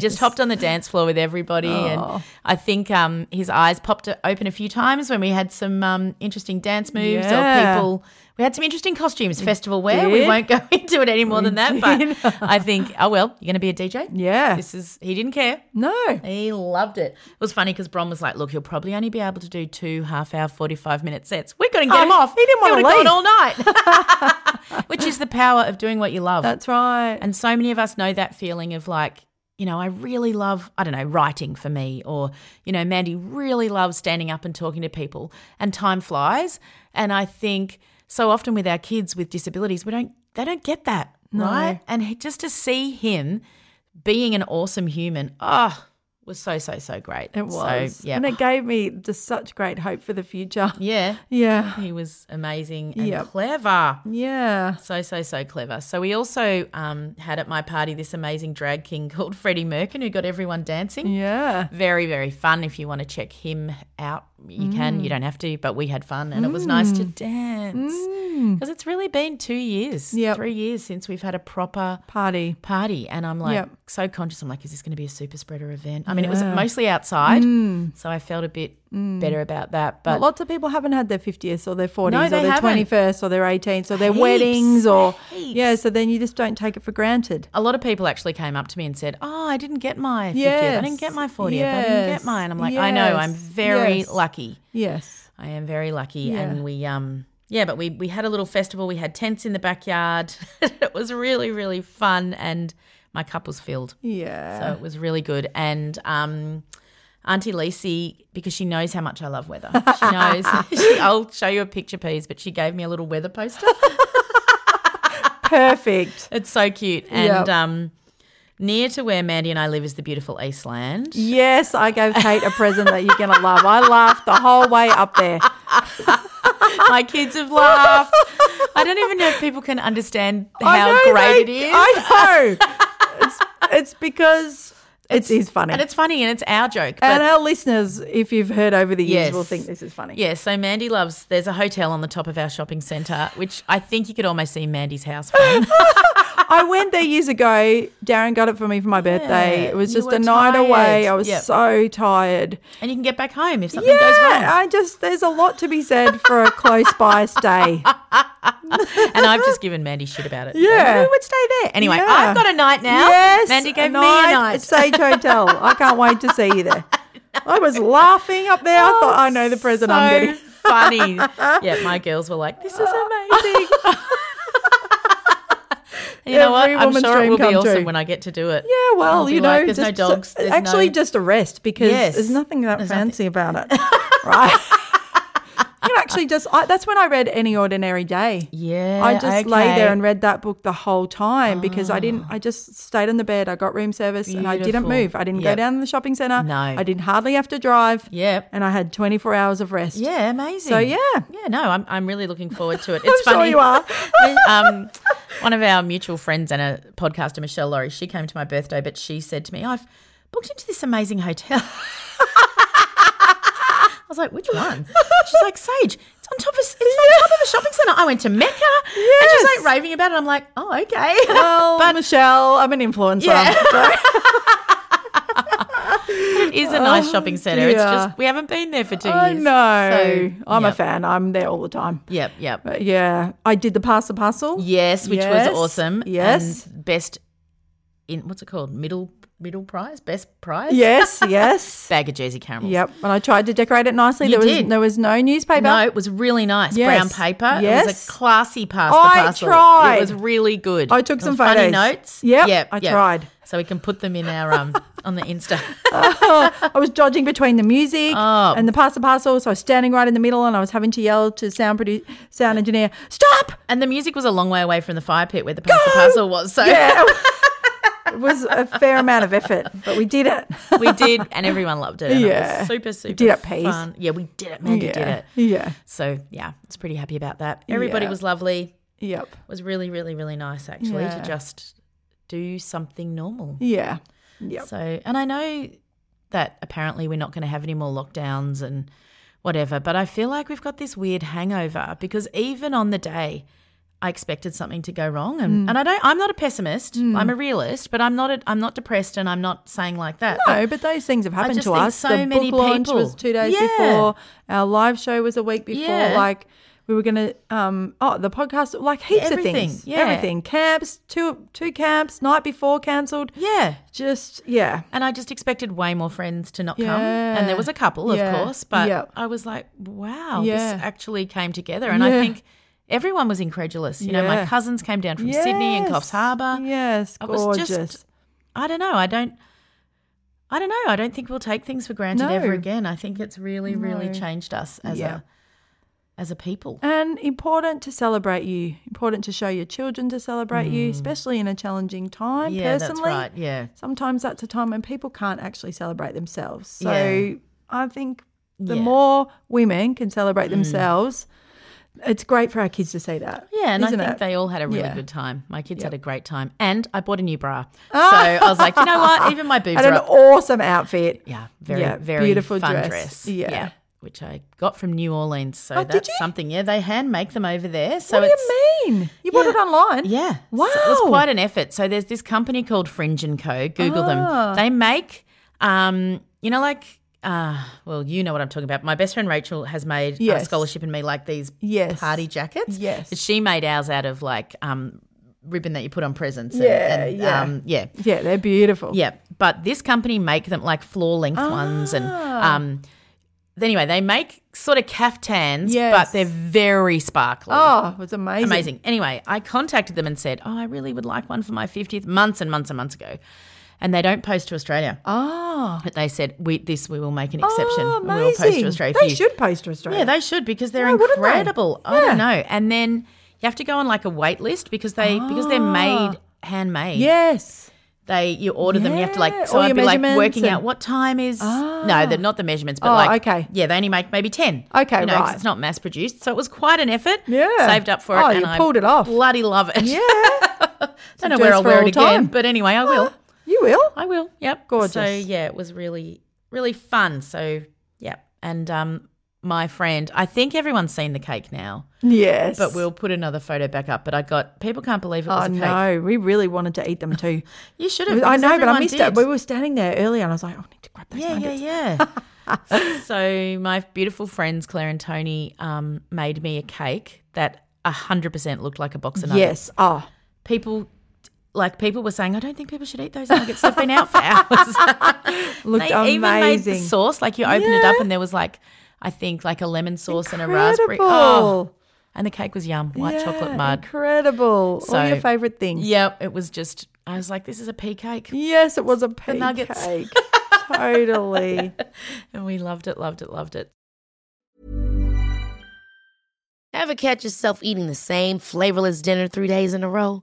Speaker 3: *laughs*
Speaker 4: just hopped on the dance floor with everybody, and
Speaker 3: Oh.
Speaker 4: I think um, his eyes popped open a few times when we had some um, interesting dance moves
Speaker 3: Yeah.
Speaker 4: or people. We had some interesting costumes, festival wear. We
Speaker 3: did.
Speaker 4: won't go *laughs* into it any more than
Speaker 3: *laughs*
Speaker 4: that, but I think, oh well, you're going to be a DJ.
Speaker 3: Yeah.
Speaker 4: this is he didn't care.
Speaker 3: No.
Speaker 4: He loved it. It was funny because Bron was like, "Look, he'll probably only be able to do two half-hour, forty-five-minute sets. We're going to get him
Speaker 3: Oh,
Speaker 4: off.
Speaker 3: he didn't wanna
Speaker 4: would've
Speaker 3: leave.
Speaker 4: gone all night."
Speaker 3: *laughs*
Speaker 4: *laughs* Which is the power of doing what you love.
Speaker 3: That's right.
Speaker 4: and so many of us know that feeling of like, you know, I really love, I don't know, writing for me, or you know, Mandy really loves standing up and talking to people. And time flies, and I think so often with our kids with disabilities, we don't, they don't get that, right? And he, just to see him being an awesome human, oh, was so so so great.
Speaker 3: It was.
Speaker 4: so, yeah,
Speaker 3: And it gave me just such great hope for the future.
Speaker 4: *laughs* yeah.
Speaker 3: Yeah.
Speaker 4: He was amazing and
Speaker 3: Yep.
Speaker 4: clever.
Speaker 3: Yeah.
Speaker 4: So, so, so clever. So, we also um, had at my party this amazing drag king *laughs* called Freddie Merkin who got everyone dancing.
Speaker 3: Yeah.
Speaker 4: Very, very fun if you want to check him out you can,
Speaker 3: Mm.
Speaker 4: you don't have to, but we had fun and it was nice to dance. Because it's really been two years,
Speaker 3: Mm. Yep.
Speaker 4: three years since we've had a proper
Speaker 3: Party.
Speaker 4: party. And I'm like
Speaker 3: Yep.
Speaker 4: so conscious. I'm like, is this going to be a super spreader event? I mean, it was mostly outside. So I felt a bit better about that. But
Speaker 3: But Mm. lots of people haven't had their 50th or their 40s
Speaker 4: No,
Speaker 3: or
Speaker 4: they
Speaker 3: their
Speaker 4: haven't.
Speaker 3: 21st or their 18th or their
Speaker 4: Heaps,
Speaker 3: weddings or
Speaker 4: heaps.
Speaker 3: yeah so then you just don't take it for granted
Speaker 4: a lot of people actually came up to me and said, "Oh, I didn't get my 50th. I didn't get my
Speaker 3: Yes,
Speaker 4: 40th. I didn't
Speaker 3: yes,
Speaker 4: get mine." I'm like, "I know. I'm
Speaker 3: yes,
Speaker 4: very
Speaker 3: yes.
Speaker 4: lucky.
Speaker 3: yes
Speaker 4: I am very lucky."
Speaker 3: Yeah.
Speaker 4: And we, um, yeah, but we we had a little festival. We had tents in the backyard. *laughs* it was really really fun, and my cup was filled.
Speaker 3: yeah
Speaker 4: So it was really good. And um, Auntie Lisi, because she knows how much I love weather, she knows. *laughs* she, I'll show you a picture, please. But she gave me a little weather poster.
Speaker 3: *laughs* perfect
Speaker 4: It's so cute. And
Speaker 3: Yep.
Speaker 4: um, near to where Mandy and I live is the beautiful Eastland.
Speaker 3: yes I gave Kate a present that you're gonna love I laughed the whole way up there
Speaker 4: My kids
Speaker 3: *laughs*
Speaker 4: have laughed. I don't even know if people can understand
Speaker 3: I
Speaker 4: *laughs* how
Speaker 3: know
Speaker 4: great
Speaker 3: they-
Speaker 4: it is.
Speaker 3: I know it's, it's because it's, it's funny
Speaker 4: and it's funny and it's our joke. But
Speaker 3: and our listeners if you've heard over the years
Speaker 4: Yes.
Speaker 3: will think this is funny
Speaker 4: yeah, so Mandy loves there's a hotel on the top of our shopping centre, which I think you could almost see Mandy's
Speaker 3: *laughs*
Speaker 4: house from.
Speaker 3: I went there years ago. Darren got it for me for my birthday. It was
Speaker 4: you
Speaker 3: just
Speaker 4: were
Speaker 3: a night
Speaker 4: tired.
Speaker 3: away. I was
Speaker 4: Yep.
Speaker 3: so tired.
Speaker 4: and you can get back home if something
Speaker 3: Yeah,
Speaker 4: goes wrong.
Speaker 3: I just there's a lot to be said for a close
Speaker 4: *laughs*
Speaker 3: by stay.
Speaker 4: And I've just given Mandy shit about it.
Speaker 3: Yeah.
Speaker 4: Who would stay there? Anyway,
Speaker 3: Yeah.
Speaker 4: I've got a night now.
Speaker 3: Yes,
Speaker 4: Mandy gave me a
Speaker 3: night
Speaker 4: night.
Speaker 3: at Sage Hotel. I can't wait to see you
Speaker 4: *laughs*
Speaker 3: there. I was laughing up there. I thought I know the present I'm
Speaker 4: Oh, so
Speaker 3: getting. *laughs*
Speaker 4: funny. Yeah, my girls were like, *laughs* "This is amazing." you know what?
Speaker 3: Every
Speaker 4: I'm
Speaker 3: woman's
Speaker 4: sure it
Speaker 3: dream
Speaker 4: will be
Speaker 3: come
Speaker 4: awesome
Speaker 3: true.
Speaker 4: when I get to do it.
Speaker 3: Yeah,
Speaker 4: I'll
Speaker 3: well,
Speaker 4: be
Speaker 3: you know,
Speaker 4: like, there's no
Speaker 3: just-
Speaker 4: dogs. There's
Speaker 3: actually,
Speaker 4: no-
Speaker 3: just a rest because
Speaker 4: Yes.
Speaker 3: there's nothing that
Speaker 4: There's nothing.
Speaker 3: fancy about
Speaker 4: *laughs*
Speaker 3: it, right? *laughs* you can actually just. I, that's when I read Any Ordinary Day.
Speaker 4: Yeah,
Speaker 3: I just lay
Speaker 4: okay. Ah.
Speaker 3: there and read that book the whole time because I didn't. I just stayed on the bed. I got room service and I didn't
Speaker 4: Beautiful.
Speaker 3: move. I didn't
Speaker 4: Yep.
Speaker 3: go down to the shopping center.
Speaker 4: No.
Speaker 3: I didn't hardly have to drive.
Speaker 4: Yep.
Speaker 3: and I had 24 hours of rest. *laughs*
Speaker 4: Yeah, amazing.
Speaker 3: So, yeah.
Speaker 4: yeah. No, I'm, I'm really looking forward
Speaker 3: *laughs*
Speaker 4: to it. It's
Speaker 3: sure
Speaker 4: funny.
Speaker 3: you
Speaker 4: *laughs*
Speaker 3: are.
Speaker 4: um, one of our mutual friends and a podcaster, Michelle Laurie, she came to my birthday, but she said to me, "I've booked into this amazing hotel." I was like, "Which one?" She's like, "Sage." It's on top of it's on top of a shopping center. I went to Mecca, and
Speaker 3: Yes.
Speaker 4: she's like raving about it. I'm like, "Oh, okay."
Speaker 3: Well, Michelle, I'm an influencer.
Speaker 4: *laughs*
Speaker 3: *laughs*
Speaker 4: it is a nice shopping center. It's
Speaker 3: dear.
Speaker 4: just we haven't been there for two
Speaker 3: oh, I
Speaker 4: years.
Speaker 3: know.
Speaker 4: So,
Speaker 3: I'm a
Speaker 4: yep.
Speaker 3: fan. I'm there all the time.
Speaker 4: Yep, yep.
Speaker 3: But yeah, I did the pass the parcel.
Speaker 4: Yes, which
Speaker 3: Yes,
Speaker 4: was awesome.
Speaker 3: yes.
Speaker 4: and best in what's it called? Middle middle prize, best prize.
Speaker 3: Yes,
Speaker 4: *laughs*
Speaker 3: yes.
Speaker 4: bag of Jersey caramels.
Speaker 3: yep. And I tried to decorate it nicely.
Speaker 4: You
Speaker 3: there was
Speaker 4: did.
Speaker 3: there was no newspaper.
Speaker 4: No,
Speaker 3: *laughs*
Speaker 4: it was really nice.
Speaker 3: Yes.
Speaker 4: Brown paper. It was
Speaker 3: Yes.
Speaker 4: a classy pasta
Speaker 3: I
Speaker 4: parcel.
Speaker 3: tried.
Speaker 4: It was really good.
Speaker 3: I took
Speaker 4: There
Speaker 3: some
Speaker 4: was funny
Speaker 3: photos.
Speaker 4: notes.
Speaker 3: Yep, I tried.
Speaker 4: So we can put them in
Speaker 3: *laughs*
Speaker 4: our um on the Insta.
Speaker 3: Oh, I was dodging between the music
Speaker 4: Oh.
Speaker 3: and the pass the parcel, so I was standing right in the middle and I was having to yell to sound produ- sound engineer,
Speaker 4: *laughs*
Speaker 3: "Stop!"
Speaker 4: and the music was a long way away from the fire pit where the pasta parcel was. So
Speaker 3: Yeah. *laughs* it was a fair amount of effort, but we did it.
Speaker 4: *laughs*
Speaker 3: *laughs*
Speaker 4: we did, and everyone loved it. And It
Speaker 3: Yeah.
Speaker 4: was super, super
Speaker 3: did it, Peas.
Speaker 4: fun. Yeah, we did it. Mandy did
Speaker 3: yeah.
Speaker 4: it.
Speaker 3: Yeah.
Speaker 4: So yeah, it's pretty happy about that. Everybody
Speaker 3: Yeah.
Speaker 4: was lovely.
Speaker 3: Yep.
Speaker 4: It was really, really, really nice actually
Speaker 3: Yeah.
Speaker 4: to just do something normal.
Speaker 3: Yeah. Yep.
Speaker 4: So, and I know that apparently we're not going to have any more lockdowns and whatever, but I feel like we've got this weird hangover because even on the day I expected something to go wrong
Speaker 3: Hmm.
Speaker 4: and, and I don't I'm not a pessimist, I'm a realist, but I'm not a, I'm not depressed and I'm not saying like that. but
Speaker 3: No, but those things have happened
Speaker 4: just
Speaker 3: to
Speaker 4: think
Speaker 3: us.
Speaker 4: so
Speaker 3: the
Speaker 4: many
Speaker 3: book launch
Speaker 4: people-
Speaker 3: was two days
Speaker 4: Yeah.
Speaker 3: before. Our live show was a week before.
Speaker 4: Yeah.
Speaker 3: Like we were gonna um oh the podcast like heaps
Speaker 4: Everything,
Speaker 3: of things.
Speaker 4: yeah.
Speaker 3: Everything. Camps, two two camps, night before cancelled.
Speaker 4: yeah.
Speaker 3: Just yeah.
Speaker 4: And I just expected way more friends to not come.
Speaker 3: Yeah.
Speaker 4: And there was a couple,
Speaker 3: Yeah.
Speaker 4: of course, but
Speaker 3: Yep.
Speaker 4: I was like, wow,
Speaker 3: Yeah.
Speaker 4: this actually came together. And I
Speaker 3: Yeah.
Speaker 4: think everyone was incredulous. You know,
Speaker 3: Yeah.
Speaker 4: my cousins came down from Sydney and
Speaker 3: Yes.
Speaker 4: Coffs Harbour.
Speaker 3: Yes,
Speaker 4: I was
Speaker 3: gorgeous.
Speaker 4: just- I don't know. I don't. I don't know. I don't think we'll take things for granted ever
Speaker 3: No.
Speaker 4: again. I think it's really, really changed us as
Speaker 3: Yeah.
Speaker 4: a as a people.
Speaker 3: and important to celebrate you. Important to show your children to celebrate you, especially in a challenging time.
Speaker 4: Mm. yeah, that's
Speaker 3: personally,
Speaker 4: right. Yeah,
Speaker 3: sometimes that's a time when people can't actually celebrate themselves. So
Speaker 4: Yeah.
Speaker 3: I think the
Speaker 4: Yeah. Mm.
Speaker 3: more women can celebrate themselves, it's great for our kids to see that.
Speaker 4: yeah. And I
Speaker 3: isn't
Speaker 4: think
Speaker 3: it?
Speaker 4: they all had a really
Speaker 3: Yeah.
Speaker 4: good time. My kids had a great time, and I bought a new bra. So I was like,
Speaker 3: *laughs*
Speaker 4: you know what? Even my boobs
Speaker 3: had
Speaker 4: are
Speaker 3: Ah. an
Speaker 4: up.
Speaker 3: awesome outfit.
Speaker 4: Yeah, very,
Speaker 3: Yeah,
Speaker 4: very
Speaker 3: beautiful
Speaker 4: fun
Speaker 3: dress.
Speaker 4: dress.
Speaker 3: Yeah.
Speaker 4: yeah. which I got from New Orleans. So
Speaker 3: Oh, did
Speaker 4: that's
Speaker 3: you?
Speaker 4: something. Yeah, they hand make them over there. So
Speaker 3: what do
Speaker 4: it's,
Speaker 3: you mean? You bought it online?
Speaker 4: Yeah.
Speaker 3: Wow.
Speaker 4: So it was quite an effort. So there's this company called Fringe and Co. Google
Speaker 3: Ah.
Speaker 4: them. They make, um, you know, like, uh, well, you know what I'm talking about. My best friend Rachel has made uh,
Speaker 3: Yes.
Speaker 4: scholarship and me like these
Speaker 3: Yes.
Speaker 4: party jackets.
Speaker 3: Yes.
Speaker 4: But she made ours out of like um, ribbon that you put on presents. and-
Speaker 3: Yeah,
Speaker 4: and,
Speaker 3: yeah.
Speaker 4: Um, yeah.
Speaker 3: Yeah, they're beautiful.
Speaker 4: Yeah, but this company make them like floor length ones, and
Speaker 3: Ah.
Speaker 4: um, anyway, they make sort of caftans,
Speaker 3: Yes.
Speaker 4: but they're very sparkly.
Speaker 3: Oh, it was amazing.
Speaker 4: amazing! Anyway, I contacted them and said, "Oh, I really would like one for my fiftieth, months and months and months ago," and they don't post to Australia.
Speaker 3: Oh,
Speaker 4: But they said, "We this we will make an exception.
Speaker 3: Oh,
Speaker 4: we will post
Speaker 3: amazing.
Speaker 4: to Australia." for
Speaker 3: They
Speaker 4: you."
Speaker 3: should post to Australia.
Speaker 4: Yeah, they should because they're
Speaker 3: Why wouldn't they?
Speaker 4: incredible. I
Speaker 3: Yeah.
Speaker 4: don't know. And then you have to go on like a wait list because they because they're
Speaker 3: Ah.
Speaker 4: made handmade
Speaker 3: Yes.
Speaker 4: they you order them and you have to
Speaker 3: Yeah,
Speaker 4: like so
Speaker 3: all
Speaker 4: I'd
Speaker 3: your
Speaker 4: be like
Speaker 3: measurements
Speaker 4: working
Speaker 3: and-
Speaker 4: out what time is no they're not the measurements but
Speaker 3: Oh,
Speaker 4: like
Speaker 3: okay.
Speaker 4: yeah they only make maybe 10
Speaker 3: Okay,
Speaker 4: you know, 'cause
Speaker 3: right.
Speaker 4: it's not mass produced so it was quite an effort
Speaker 3: Yeah.
Speaker 4: saved up for it
Speaker 3: Oh,
Speaker 4: and
Speaker 3: you
Speaker 4: I
Speaker 3: pulled it off.
Speaker 4: bloody love it *laughs*
Speaker 3: Yeah.
Speaker 4: don't
Speaker 3: a
Speaker 4: know where
Speaker 3: dress
Speaker 4: I'll
Speaker 3: for
Speaker 4: wear
Speaker 3: all
Speaker 4: it
Speaker 3: time.
Speaker 4: again but anyway I will
Speaker 3: you will?
Speaker 4: I will yep
Speaker 3: Gorgeous.
Speaker 4: so yeah it was really really fun so yeah and um my friend I think everyone's seen the cake now
Speaker 3: Yes.
Speaker 4: but we'll put another photo back up but I got people can't believe it was
Speaker 3: Oh
Speaker 4: a cake
Speaker 3: no, we really wanted to eat them too.
Speaker 4: you should have
Speaker 3: I
Speaker 4: because
Speaker 3: know, but I
Speaker 4: everyone
Speaker 3: missed it.
Speaker 4: did.
Speaker 3: We were standing there earlier, and I was like, oh, I need to grab those
Speaker 4: yeah,
Speaker 3: nuggets.
Speaker 4: yeah,
Speaker 3: *laughs*
Speaker 4: yeah. so my beautiful friends Claire and Tony um, made me a cake that hundred percent looked like a box of nuggets.
Speaker 3: Yes. Oh,
Speaker 4: People, like people were saying, I don't think people should eat those nuggets. They've
Speaker 3: *laughs*
Speaker 4: been out for hours.
Speaker 3: looked
Speaker 4: *laughs* they
Speaker 3: amazing.
Speaker 4: even made the sauce. Like you open it up and there was like, I think like a lemon sauce and a raspberry. Oh,
Speaker 3: Incredible.
Speaker 4: and the cake was yum, white
Speaker 3: Yeah,
Speaker 4: chocolate mud.
Speaker 3: Incredible. All your
Speaker 4: So-
Speaker 3: favorite things.
Speaker 4: Yep, it was just. I was like, this is a pea cake,
Speaker 3: Yes, it was a pea
Speaker 4: nuggets. *laughs*
Speaker 3: cake. totally.
Speaker 4: and we loved it, loved it, loved it.
Speaker 1: Ever catch yourself eating the same flavorless dinner three days in a row?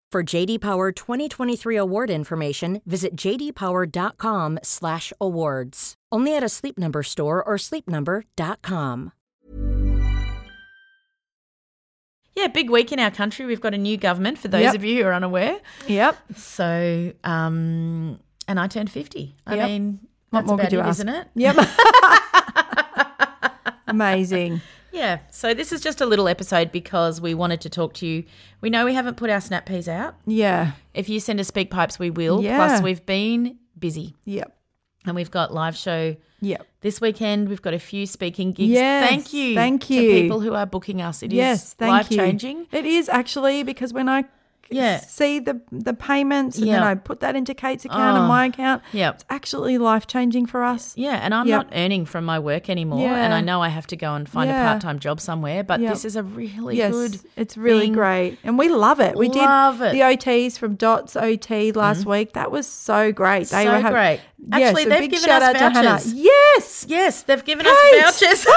Speaker 6: For JD Power 2023 award information, visit jdpower.com/awards. Only at a Sleep Number store or sleepnumber.com.
Speaker 4: Yeah, big week in our country. We've got a new government. For those
Speaker 3: Yep.
Speaker 4: of you who are unaware,
Speaker 3: Yep.
Speaker 4: So, um, and I turned 50. I
Speaker 3: Yep.
Speaker 4: mean,
Speaker 3: What
Speaker 4: that's
Speaker 3: more
Speaker 4: about
Speaker 3: could you
Speaker 4: it,
Speaker 3: ask?
Speaker 4: isn't it?
Speaker 3: Yep. amazing.
Speaker 4: Yeah. So this is just a little episode because we wanted to talk to you. We know we haven't put our snap peas out.
Speaker 3: Yeah.
Speaker 4: If you send us speak pipes, we will.
Speaker 3: Yeah.
Speaker 4: Plus, we've been busy
Speaker 3: Yep.
Speaker 4: and we've got live show
Speaker 3: Yep.
Speaker 4: this weekend. We've got a few speaking gigs.
Speaker 3: Yes,
Speaker 4: thank you.
Speaker 3: thank
Speaker 4: to
Speaker 3: you.
Speaker 4: people who are booking us. It is
Speaker 3: yes. Thank
Speaker 4: life
Speaker 3: you.
Speaker 4: changing.
Speaker 3: It is actually because when I
Speaker 4: Yeah.
Speaker 3: see the the payments and then
Speaker 4: Yeah.
Speaker 3: I put that into Kate's account
Speaker 4: Oh,
Speaker 3: and my account,
Speaker 4: yep.
Speaker 3: it's actually life changing for us.
Speaker 4: Yeah, and I'm
Speaker 3: Yep.
Speaker 4: not earning from my work anymore, and
Speaker 3: Yeah.
Speaker 4: I know I have to go and find
Speaker 3: Yeah.
Speaker 4: a part-time job somewhere. But
Speaker 3: Yep.
Speaker 4: this is a really
Speaker 3: yes,
Speaker 4: good.
Speaker 3: it's really
Speaker 4: thing.
Speaker 3: great, and we love it. We
Speaker 4: Love it. Mm-hmm.
Speaker 3: did the OTs from Dots OT last week. That was so great. They
Speaker 4: So
Speaker 3: were hav-
Speaker 4: great.
Speaker 3: Yes,
Speaker 4: Actually,
Speaker 3: a
Speaker 4: they've
Speaker 3: big
Speaker 4: given
Speaker 3: shout
Speaker 4: us
Speaker 3: out to Hannah.
Speaker 4: vouchers.
Speaker 3: Yes,
Speaker 4: Yes, they've given
Speaker 3: Kate! *laughs*
Speaker 4: us vouchers. *laughs*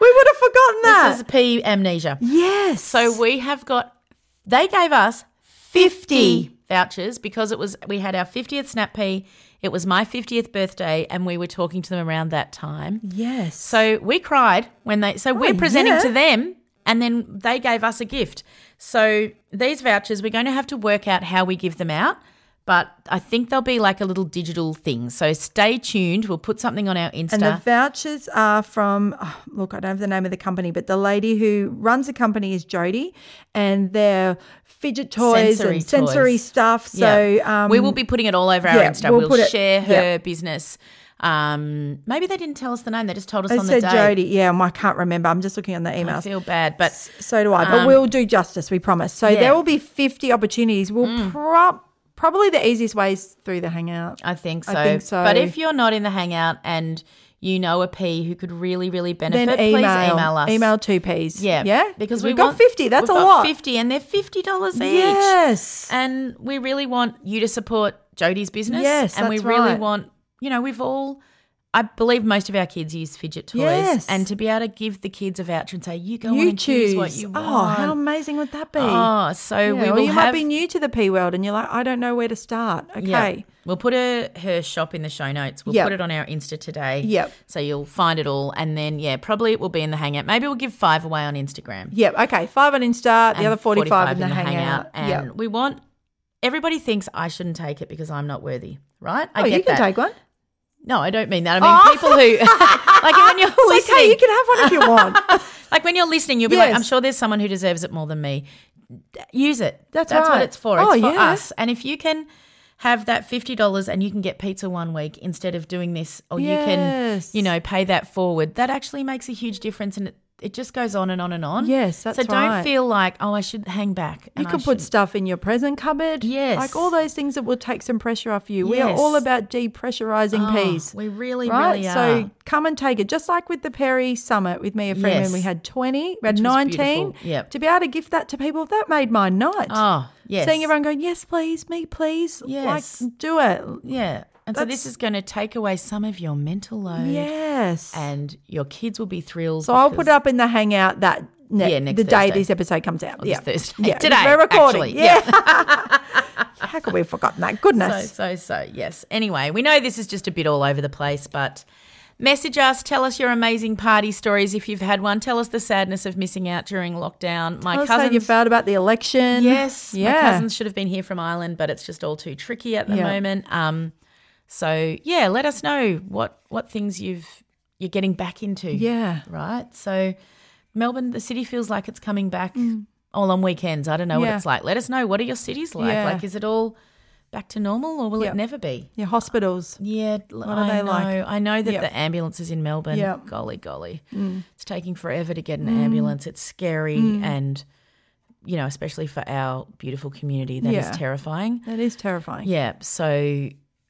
Speaker 3: we would have forgotten that.
Speaker 4: this is P amnesia.
Speaker 3: yes.
Speaker 4: So we have got. They gave us fifty vouchers because it was we had our fiftieth snap pea. It was my fiftieth birthday, and we were talking to them around that time.
Speaker 3: yes.
Speaker 4: So we cried when they. So we're presenting
Speaker 3: Oh, yeah.
Speaker 4: to them, and then they gave us a gift. So these vouchers, we're going to have to work out how we give them out. But I think there'll be like a little digital thing. So stay tuned. We'll put something on our Insta.
Speaker 3: And the vouchers are from oh, look, I don't have the name of the company, but the lady who runs the company is Jody, and they're fidget toys
Speaker 4: Sensory
Speaker 3: and sensory
Speaker 4: toys.
Speaker 3: stuff. So
Speaker 4: Yeah.
Speaker 3: um,
Speaker 4: we will be putting it all over our
Speaker 3: yeah,
Speaker 4: Insta.
Speaker 3: we'll
Speaker 4: We'll,
Speaker 3: put it-
Speaker 4: share her
Speaker 3: yeah.
Speaker 4: business. Um, maybe they didn't tell us the name. They just told us
Speaker 3: I
Speaker 4: on the
Speaker 3: said
Speaker 4: day.
Speaker 3: Jody. Yeah, I can't remember. I'm just looking on the
Speaker 4: I
Speaker 3: emails.
Speaker 4: feel bad, but um,
Speaker 3: So do I. But we'll do justice, we promise. So
Speaker 4: yeah. Mm.
Speaker 3: there will be 50 opportunities. We'll prob- probably the easiest way is through the hangout.
Speaker 4: I think so.
Speaker 3: I think so.
Speaker 4: But if you're not in the hangout and you know a P who could really, really benefit,
Speaker 3: Then email,
Speaker 4: please email us.
Speaker 3: Email two Ps.
Speaker 4: Yeah,
Speaker 3: Yeah.
Speaker 4: Because we
Speaker 3: we've got
Speaker 4: want-
Speaker 3: 50. That's
Speaker 4: we've
Speaker 3: a
Speaker 4: got
Speaker 3: lot.
Speaker 4: Fifty, and they're fifty dollars each.
Speaker 3: Yes.
Speaker 4: and we really want you to support Jody's business.
Speaker 3: Yes,
Speaker 4: and we
Speaker 3: that's
Speaker 4: really
Speaker 3: right.
Speaker 4: want you know we've all. I believe most of our kids use fidget toys,
Speaker 3: Yes.
Speaker 4: and to be able to give the kids a voucher and say, "You go on
Speaker 3: you
Speaker 4: and choose
Speaker 3: choose.
Speaker 4: what you want."
Speaker 3: Oh, how amazing would that be?
Speaker 4: Oh, so
Speaker 3: Yeah,
Speaker 4: we
Speaker 3: or
Speaker 4: will
Speaker 3: you
Speaker 4: have
Speaker 3: might be new to the P world and you're like, I don't know where to start. Okay.
Speaker 4: Yeah. We'll put her, her shop in the show notes. We'll
Speaker 3: Yep.
Speaker 4: put it on our Insta today.
Speaker 3: Yep.
Speaker 4: So you'll find it all. And then, yeah, probably it will be in the Hangout. Maybe we'll give five away on Instagram.
Speaker 3: Yep. Okay. Five on Insta, the
Speaker 4: And
Speaker 3: other 45, in the, hangout.
Speaker 4: And
Speaker 3: Yep.
Speaker 4: we want, everybody thinks I shouldn't take it because I'm not worthy, right? I
Speaker 3: oh,
Speaker 4: get
Speaker 3: you can
Speaker 4: that.
Speaker 3: take one.
Speaker 4: No, I don't mean that. I mean people who, *laughs* like when
Speaker 3: *laughs*
Speaker 4: you're
Speaker 3: Ah, It's
Speaker 4: listening,
Speaker 3: okay. You can have one
Speaker 4: *laughs*
Speaker 3: if you want.
Speaker 4: like when you're listening, you'll be like,
Speaker 3: Yes.
Speaker 4: I'm sure there's someone who deserves it more than me. Use it.
Speaker 3: That's
Speaker 4: what
Speaker 3: right.
Speaker 4: it's for. It's
Speaker 3: Oh,
Speaker 4: for
Speaker 3: yeah.
Speaker 4: us. And if you can have that fifty dollars and you can get pizza one week instead of doing this, or
Speaker 3: Yes.
Speaker 4: you can, you know, pay that forward, that actually makes a huge difference and it, it just goes on and on and on.
Speaker 3: Yes, that's
Speaker 4: So don't
Speaker 3: right.
Speaker 4: feel like, oh, I should hang back.
Speaker 3: You
Speaker 4: and I
Speaker 3: can put
Speaker 4: shouldn't.
Speaker 3: stuff in your present cupboard.
Speaker 4: Yes.
Speaker 3: Like all those things that will take some pressure off you. We are
Speaker 4: Yes.
Speaker 3: all about depressurizing
Speaker 4: Oh,
Speaker 3: peas.
Speaker 4: We really,
Speaker 3: right?
Speaker 4: really are.
Speaker 3: So come and take it. Just like with the Perry Summit with Mia Freeman,
Speaker 4: Yes.
Speaker 3: we had 20, we had
Speaker 4: Which was
Speaker 3: 19.
Speaker 4: beautiful. Yep.
Speaker 3: To be able to gift that to people, that made my night.
Speaker 4: Oh, yes.
Speaker 3: Seeing everyone going, yes, please, me, please.
Speaker 4: Yes.
Speaker 3: Like, do it.
Speaker 4: Yeah. And so this
Speaker 3: That's-
Speaker 4: is going to take away some of your mental load.
Speaker 3: Yes.
Speaker 4: And your kids will be thrilled.
Speaker 3: so I'll
Speaker 4: because-
Speaker 3: put it up in the hangout that ne-
Speaker 4: Yeah, next
Speaker 3: the day
Speaker 4: Thursday.
Speaker 3: this episode comes out.
Speaker 4: Or this Thursday.
Speaker 3: Yeah.
Speaker 4: Today,
Speaker 3: We're recording.
Speaker 4: actually.
Speaker 3: Yeah. *laughs* How could we have forgotten that? Goodness.
Speaker 4: So, so, so, yes. Anyway, we know this is just a bit all over the place, but message us. Tell us your amazing party stories if you've had one. Tell us the sadness of missing out during lockdown. My
Speaker 3: Tell us how you
Speaker 4: cousins.
Speaker 3: felt about the election.
Speaker 4: yes,
Speaker 3: Yeah.
Speaker 4: my cousins should have been here from Ireland, but it's just all too tricky at the
Speaker 3: Yeah.
Speaker 4: moment. Um, so yeah, let us know what what things you've you're getting back into.
Speaker 3: Yeah.
Speaker 4: right. So Melbourne, the city feels like it's coming back all on weekends. I don't know what
Speaker 3: Mm. Yeah.
Speaker 4: it's like. Let us know what are your cities like.
Speaker 3: Yeah.
Speaker 4: Like, is it all back to normal, or will
Speaker 3: Yep.
Speaker 4: it never be?
Speaker 3: Yeah, hospitals.
Speaker 4: Yeah, what
Speaker 3: are
Speaker 4: I
Speaker 3: they
Speaker 4: know.
Speaker 3: like?
Speaker 4: I know that
Speaker 3: Yep.
Speaker 4: the ambulances in Melbourne,
Speaker 3: Yep. Mm.
Speaker 4: golly, golly, it's taking forever to get an ambulance. It's scary, and you know, especially for our beautiful community, that is
Speaker 3: Yeah.
Speaker 4: terrifying.
Speaker 3: That is terrifying.
Speaker 4: Yeah, so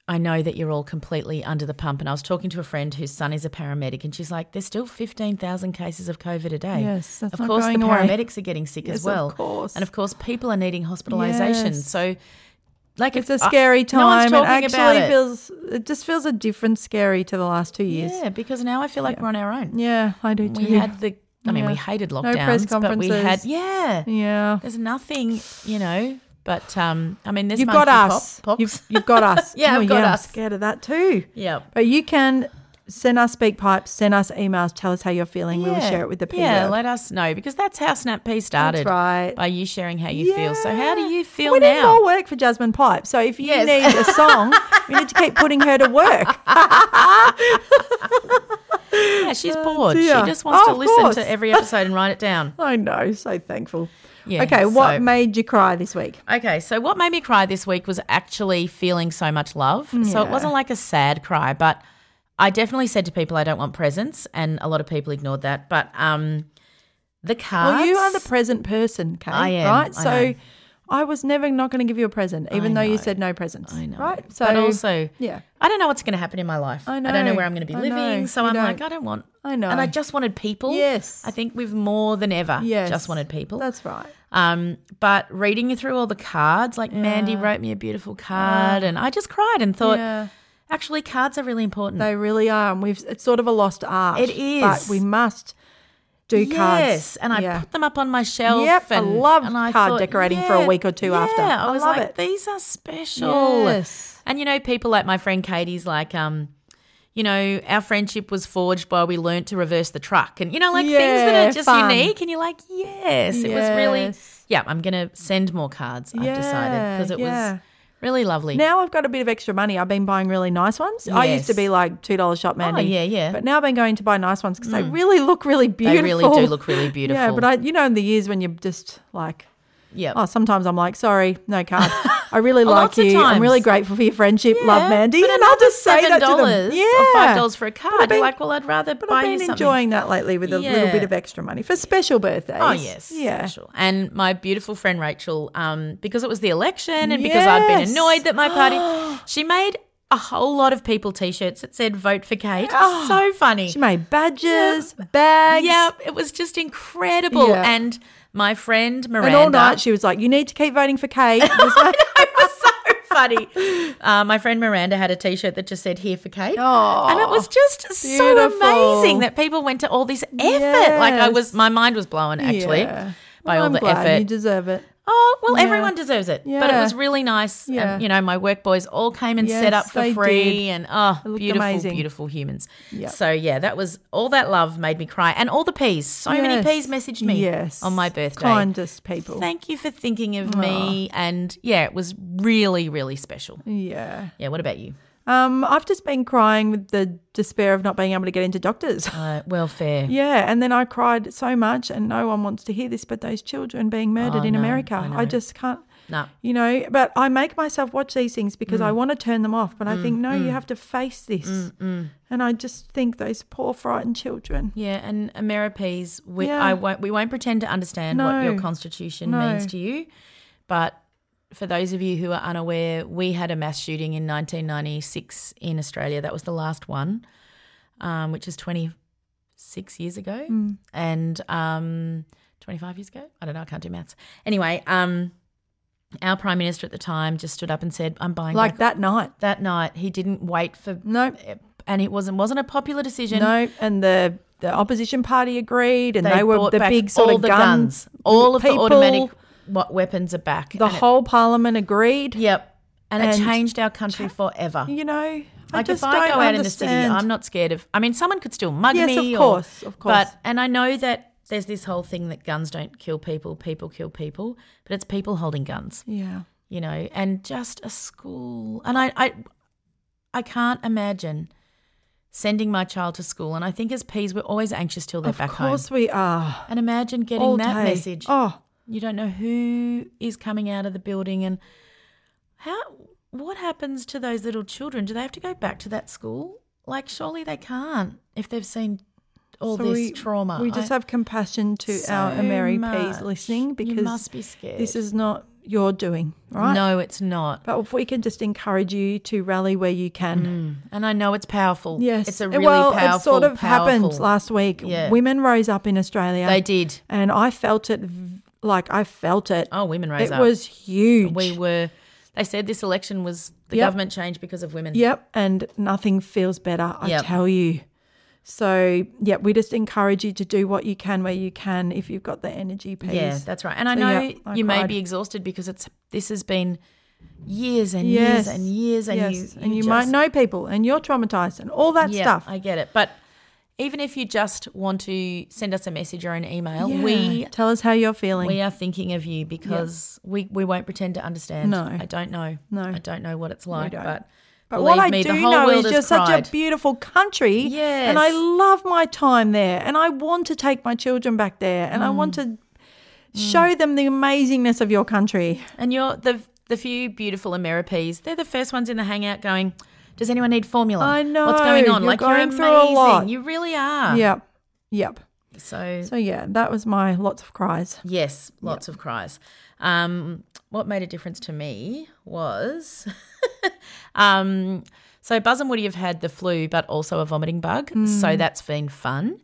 Speaker 4: I know that you're all completely under the pump. And I was talking to a friend whose son is a paramedic, and she's like, "There's still fifteen thousand cases of COVID a day.
Speaker 3: Yes, that's
Speaker 4: of
Speaker 3: not
Speaker 4: course,
Speaker 3: going
Speaker 4: the
Speaker 3: away.
Speaker 4: paramedics are getting sick
Speaker 3: Yes,
Speaker 4: as
Speaker 3: of
Speaker 4: well,
Speaker 3: course.
Speaker 4: and of course, people are needing hospitalisation.
Speaker 3: Yes.
Speaker 4: So." Like
Speaker 3: It's a
Speaker 4: if- I-
Speaker 3: scary
Speaker 4: No
Speaker 3: time.
Speaker 4: one's talking
Speaker 3: it actually
Speaker 4: about it.
Speaker 3: feels it just feels a different scary to the last two years.
Speaker 4: Yeah, because now I feel like we're on our own.
Speaker 3: Yeah, I do too.
Speaker 4: We had the, I mean, we
Speaker 3: Yeah.
Speaker 4: hated
Speaker 3: No
Speaker 4: lockdowns,
Speaker 3: press
Speaker 4: but we had,
Speaker 3: conferences.
Speaker 4: yeah,
Speaker 3: yeah.
Speaker 4: there's nothing, you know. But um, I mean, there's
Speaker 3: You've got
Speaker 4: monkey
Speaker 3: us.
Speaker 4: pop- pox.
Speaker 3: You've, you've got us.
Speaker 4: Yeah,
Speaker 3: oh,
Speaker 4: I've got
Speaker 3: yeah,
Speaker 4: us.
Speaker 3: I'm scared of that too.
Speaker 4: *laughs* Yep.
Speaker 3: But you can send us speak pipes, send us emails, tell us how you're feeling. We will
Speaker 4: Yeah.
Speaker 3: share it with the people.
Speaker 4: Yeah, let us know because that's how Snap P started.
Speaker 3: right.
Speaker 4: By you sharing how you feel. So how do you feel
Speaker 3: we
Speaker 4: now?
Speaker 3: didn't all work for Jasmine Pipe. So if you
Speaker 4: Yes.
Speaker 3: need a song, we need to keep putting her to
Speaker 4: *laughs*
Speaker 3: work.
Speaker 4: Yeah, she's bored. She
Speaker 3: dear.
Speaker 4: just wants
Speaker 3: Oh,
Speaker 4: to
Speaker 3: of
Speaker 4: listen
Speaker 3: course. *laughs*
Speaker 4: to every episode and write it down.
Speaker 3: I know. So thankful.
Speaker 4: Yeah,
Speaker 3: okay. What
Speaker 4: so-
Speaker 3: made you cry this week?
Speaker 4: Okay, so what made me cry this week was actually feeling so much love. So it wasn't like a sad cry, but I definitely said to people I don't want presents, and a lot of people ignored that. But um, the cards.
Speaker 3: Well, you are the present person, Kate.
Speaker 4: I am,
Speaker 3: Right?
Speaker 4: I
Speaker 3: so
Speaker 4: know.
Speaker 3: I was never not going to give you a present, even though you said no presents. I
Speaker 4: know.
Speaker 3: Right? So
Speaker 4: but also,
Speaker 3: yeah.
Speaker 4: I don't know what's going to happen in my life.
Speaker 3: I
Speaker 4: don't know
Speaker 3: know.
Speaker 4: where I'm going to be
Speaker 3: I
Speaker 4: living.
Speaker 3: know.
Speaker 4: So
Speaker 3: You
Speaker 4: I'm
Speaker 3: don't.
Speaker 4: like, I don't want.
Speaker 3: I know.
Speaker 4: And I just wanted people.
Speaker 3: Yes.
Speaker 4: I think we've more than ever
Speaker 3: yes,
Speaker 4: just wanted people.
Speaker 3: That's right.
Speaker 4: Um, but reading through all the cards, like Mandy wrote me a beautiful card, and I just cried and thought,
Speaker 3: Yeah.
Speaker 4: actually, cards are really important.
Speaker 3: They really are, and we've it's sort of a lost art.
Speaker 4: It
Speaker 3: but
Speaker 4: is.
Speaker 3: we must do cards.
Speaker 4: Yes, and I
Speaker 3: Yeah.
Speaker 4: put them up on my shelf.
Speaker 3: Yep, I
Speaker 4: and,
Speaker 3: loved
Speaker 4: and
Speaker 3: card decorating for a week or two
Speaker 4: yeah,
Speaker 3: after.
Speaker 4: I
Speaker 3: I
Speaker 4: was
Speaker 3: love
Speaker 4: like,
Speaker 3: it.
Speaker 4: these are special.
Speaker 3: Yes.
Speaker 4: and you know, people like my friend Katie's like, um, you know, our friendship was forged while we learnt to reverse the truck, and you know, like things that
Speaker 3: Yeah,
Speaker 4: are just
Speaker 3: fun.
Speaker 4: unique. And you're like, yes, it was really.
Speaker 3: Yes.
Speaker 4: Yeah, I'm gonna send more cards. I've decided
Speaker 3: Yeah,
Speaker 4: because it
Speaker 3: yeah.
Speaker 4: was Really lovely.
Speaker 3: Now I've got a bit of extra money. I've been buying really nice ones. I used to
Speaker 4: Yes. Oh,
Speaker 3: be like two dollar shop Mandy.
Speaker 4: yeah, yeah. Mm.
Speaker 3: But now I've been going to buy nice ones because they really look really
Speaker 4: They
Speaker 3: beautiful.
Speaker 4: really do look really
Speaker 3: *laughs*
Speaker 4: beautiful.
Speaker 3: Yeah, but I, you know, in the years when you're just like,
Speaker 4: Yep.
Speaker 3: oh, sometimes I'm like, sorry, no card. I
Speaker 4: *laughs*
Speaker 3: really like
Speaker 4: Oh, lots of
Speaker 3: you. I'm really
Speaker 4: times.
Speaker 3: grateful for your friendship, love, Mandy,
Speaker 4: but
Speaker 3: and I'll
Speaker 4: another
Speaker 3: just say that to
Speaker 4: $7
Speaker 3: them.
Speaker 4: or five dollars for a
Speaker 3: But I've
Speaker 4: card. You're
Speaker 3: been-
Speaker 4: like, well, I'd rather
Speaker 3: But
Speaker 4: buy
Speaker 3: I've
Speaker 4: you
Speaker 3: been
Speaker 4: something.
Speaker 3: enjoying that lately with a little bit
Speaker 4: Yeah.
Speaker 3: of extra money for special birthdays.
Speaker 4: Oh yes,
Speaker 3: yeah.
Speaker 4: special. And my beautiful friend Rachel, um, because it was the election and because I'd been
Speaker 3: Yes.
Speaker 4: annoyed that
Speaker 3: *gasps*
Speaker 4: my party, she made a whole lot of people T-shirts that said "Vote for Kate."
Speaker 3: Oh.
Speaker 4: so funny.
Speaker 3: She made badges, bags.
Speaker 4: yeah, it was just incredible.
Speaker 3: Yeah.
Speaker 4: And my friend Miranda, *laughs*
Speaker 3: And all night she was like, "You need to keep voting for Kate." Just like-
Speaker 4: funny. Uh, my friend Miranda had a T-shirt that just said "Here for Kate,"
Speaker 3: Oh,
Speaker 4: and it was just so
Speaker 3: beautiful.
Speaker 4: amazing that people went to all this effort. Like I was, my mind was blown actually
Speaker 3: Yeah.
Speaker 4: by all
Speaker 3: I'm
Speaker 4: the
Speaker 3: glad
Speaker 4: effort.
Speaker 3: You deserve it.
Speaker 4: Oh, well, everyone deserves it. But it
Speaker 3: Yeah.
Speaker 4: was really nice. Um,
Speaker 3: Yeah.
Speaker 4: you know, my work boys all came and
Speaker 3: Yes,
Speaker 4: set up for
Speaker 3: they
Speaker 4: free
Speaker 3: did.
Speaker 4: and oh,
Speaker 3: It looked
Speaker 4: beautiful,
Speaker 3: amazing.
Speaker 4: beautiful humans. So, yeah, that was all that love made me cry. And all the peas. So many
Speaker 3: Yes.
Speaker 4: peas messaged me
Speaker 3: Yes.
Speaker 4: on my birthday.
Speaker 3: Kindest people.
Speaker 4: Thank you for thinking of me. And yeah, it was really, really special.
Speaker 3: yeah.
Speaker 4: Yeah, what about you?
Speaker 3: Um, I've just been crying with the despair of not being able to get into doctors. *laughs*
Speaker 4: Uh, welfare.
Speaker 3: yeah, and then I cried so much, and no one wants to hear this, but those children being murdered in America. I, just can't.
Speaker 4: No.
Speaker 3: You know, but I make myself watch these things because
Speaker 4: Mm.
Speaker 3: I want to turn them off, but I think no, you have to face this. And I just think those poor frightened children.
Speaker 4: mm. Yeah, and Ameripees, we
Speaker 3: Yeah.
Speaker 4: I won't we won't pretend to understand what your
Speaker 3: No.
Speaker 4: constitution
Speaker 3: No.
Speaker 4: means to you. But for those of you who are unaware, we had a mass shooting in 1996 in Australia. That was the last one, um, which is 26 years ago,
Speaker 3: Mm.
Speaker 4: and um, 25 years ago. I don't know. I can't do maths. Anyway, um, our prime minister at the time just stood up and said, "I'm buying
Speaker 3: Like
Speaker 4: back
Speaker 3: that night.
Speaker 4: That night, he didn't wait for
Speaker 3: No,
Speaker 4: and it wasn't wasn't a popular decision.
Speaker 3: no, and the the opposition party agreed, and they, were
Speaker 4: brought
Speaker 3: the
Speaker 4: back
Speaker 3: big sort
Speaker 4: all
Speaker 3: of
Speaker 4: the
Speaker 3: guns.
Speaker 4: All of
Speaker 3: people,
Speaker 4: the automatic wa- weapons are back.
Speaker 3: The
Speaker 4: And it-
Speaker 3: whole parliament agreed.
Speaker 4: yep, and,
Speaker 3: and-
Speaker 4: it changed our country forever.
Speaker 3: You know, I
Speaker 4: like
Speaker 3: just
Speaker 4: if I
Speaker 3: don't
Speaker 4: go out in the city,
Speaker 3: understand.
Speaker 4: I'm not scared of. I mean, someone could still mug
Speaker 3: Yes,
Speaker 4: me.
Speaker 3: of
Speaker 4: or-
Speaker 3: course, of course.
Speaker 4: But and I know that there's this whole thing that guns don't kill people, people kill people, but it's people holding guns
Speaker 3: Yeah.
Speaker 4: you know, and just a school. And I, I, I can't imagine sending my child to school. And I think as peas, we're always anxious till they're
Speaker 3: Of
Speaker 4: back
Speaker 3: course
Speaker 4: home.
Speaker 3: we are.
Speaker 4: And imagine getting
Speaker 3: All
Speaker 4: that
Speaker 3: day.
Speaker 4: message.
Speaker 3: Oh,
Speaker 4: You don't know who is coming out of the building and how. What happens to those little children? Do they have to go back to that school? Like, surely they can't if they've seen all
Speaker 3: so
Speaker 4: this
Speaker 3: we-
Speaker 4: trauma.
Speaker 3: We just
Speaker 4: I-
Speaker 3: have compassion to our
Speaker 4: So
Speaker 3: Mary
Speaker 4: much.
Speaker 3: Peas listening
Speaker 4: You
Speaker 3: because
Speaker 4: must be scared.
Speaker 3: this is not your doing, right?
Speaker 4: No, it's not.
Speaker 3: But if we can just encourage you to rally where you can.
Speaker 4: And I know it's powerful.
Speaker 3: Yes.
Speaker 4: Mm. it's a
Speaker 3: And
Speaker 4: really
Speaker 3: well,
Speaker 4: powerful.
Speaker 3: it sort of happened
Speaker 4: powerful-
Speaker 3: last week.
Speaker 4: Yeah.
Speaker 3: Women rose up in Australia.
Speaker 4: They did.
Speaker 3: And I felt it v- like I felt it.
Speaker 4: Oh, women rose
Speaker 3: it
Speaker 4: up.
Speaker 3: was huge.
Speaker 4: We were. They said this election was the
Speaker 3: Yep.
Speaker 4: government change because of women.
Speaker 3: Yep, and nothing feels better, I
Speaker 4: Yep.
Speaker 3: tell you. So, yeah, we just encourage you to do what you can where you can if you've got the energy piece.
Speaker 4: Yeah, that's right. And I
Speaker 3: So,
Speaker 4: know
Speaker 3: yeah, I
Speaker 4: you may
Speaker 3: cried.
Speaker 4: be exhausted because it's this has been years and years
Speaker 3: Yes,
Speaker 4: and years and
Speaker 3: yes,
Speaker 4: you
Speaker 3: and you might
Speaker 4: just-
Speaker 3: know people and you're traumatized and all that
Speaker 4: yeah,
Speaker 3: stuff.
Speaker 4: I get it, but even if you just want to send us a message or an email, we
Speaker 3: Yeah. tell us how you're feeling.
Speaker 4: we are thinking of you because we we won't pretend to understand.
Speaker 3: No.
Speaker 4: I don't know.
Speaker 3: No.
Speaker 4: I don't know what it's like,
Speaker 3: don't.
Speaker 4: but.
Speaker 3: but
Speaker 4: believe
Speaker 3: what I
Speaker 4: me,
Speaker 3: do
Speaker 4: the whole
Speaker 3: know
Speaker 4: world
Speaker 3: is
Speaker 4: has
Speaker 3: you're such
Speaker 4: cried.
Speaker 3: a beautiful country, and I
Speaker 4: Yes.
Speaker 3: love my time there, and I want to take my children back there, and I
Speaker 4: Mm.
Speaker 3: want to show them the amazingness of your country.
Speaker 4: And you're the the few beautiful Ameripees. They're the first ones in the hangout going. Does anyone need formula?
Speaker 3: I know,
Speaker 4: what's going on.
Speaker 3: you're
Speaker 4: like
Speaker 3: going
Speaker 4: you're
Speaker 3: through a
Speaker 4: amazing.
Speaker 3: lot.
Speaker 4: You really are.
Speaker 3: Yep, yep.
Speaker 4: So,
Speaker 3: So yeah, that was my lots of cries.
Speaker 4: yes, lots of cries. Um, what made a difference to me was, *laughs* um, so Buzz and Woody have had the flu, but also a vomiting bug. So that's been fun.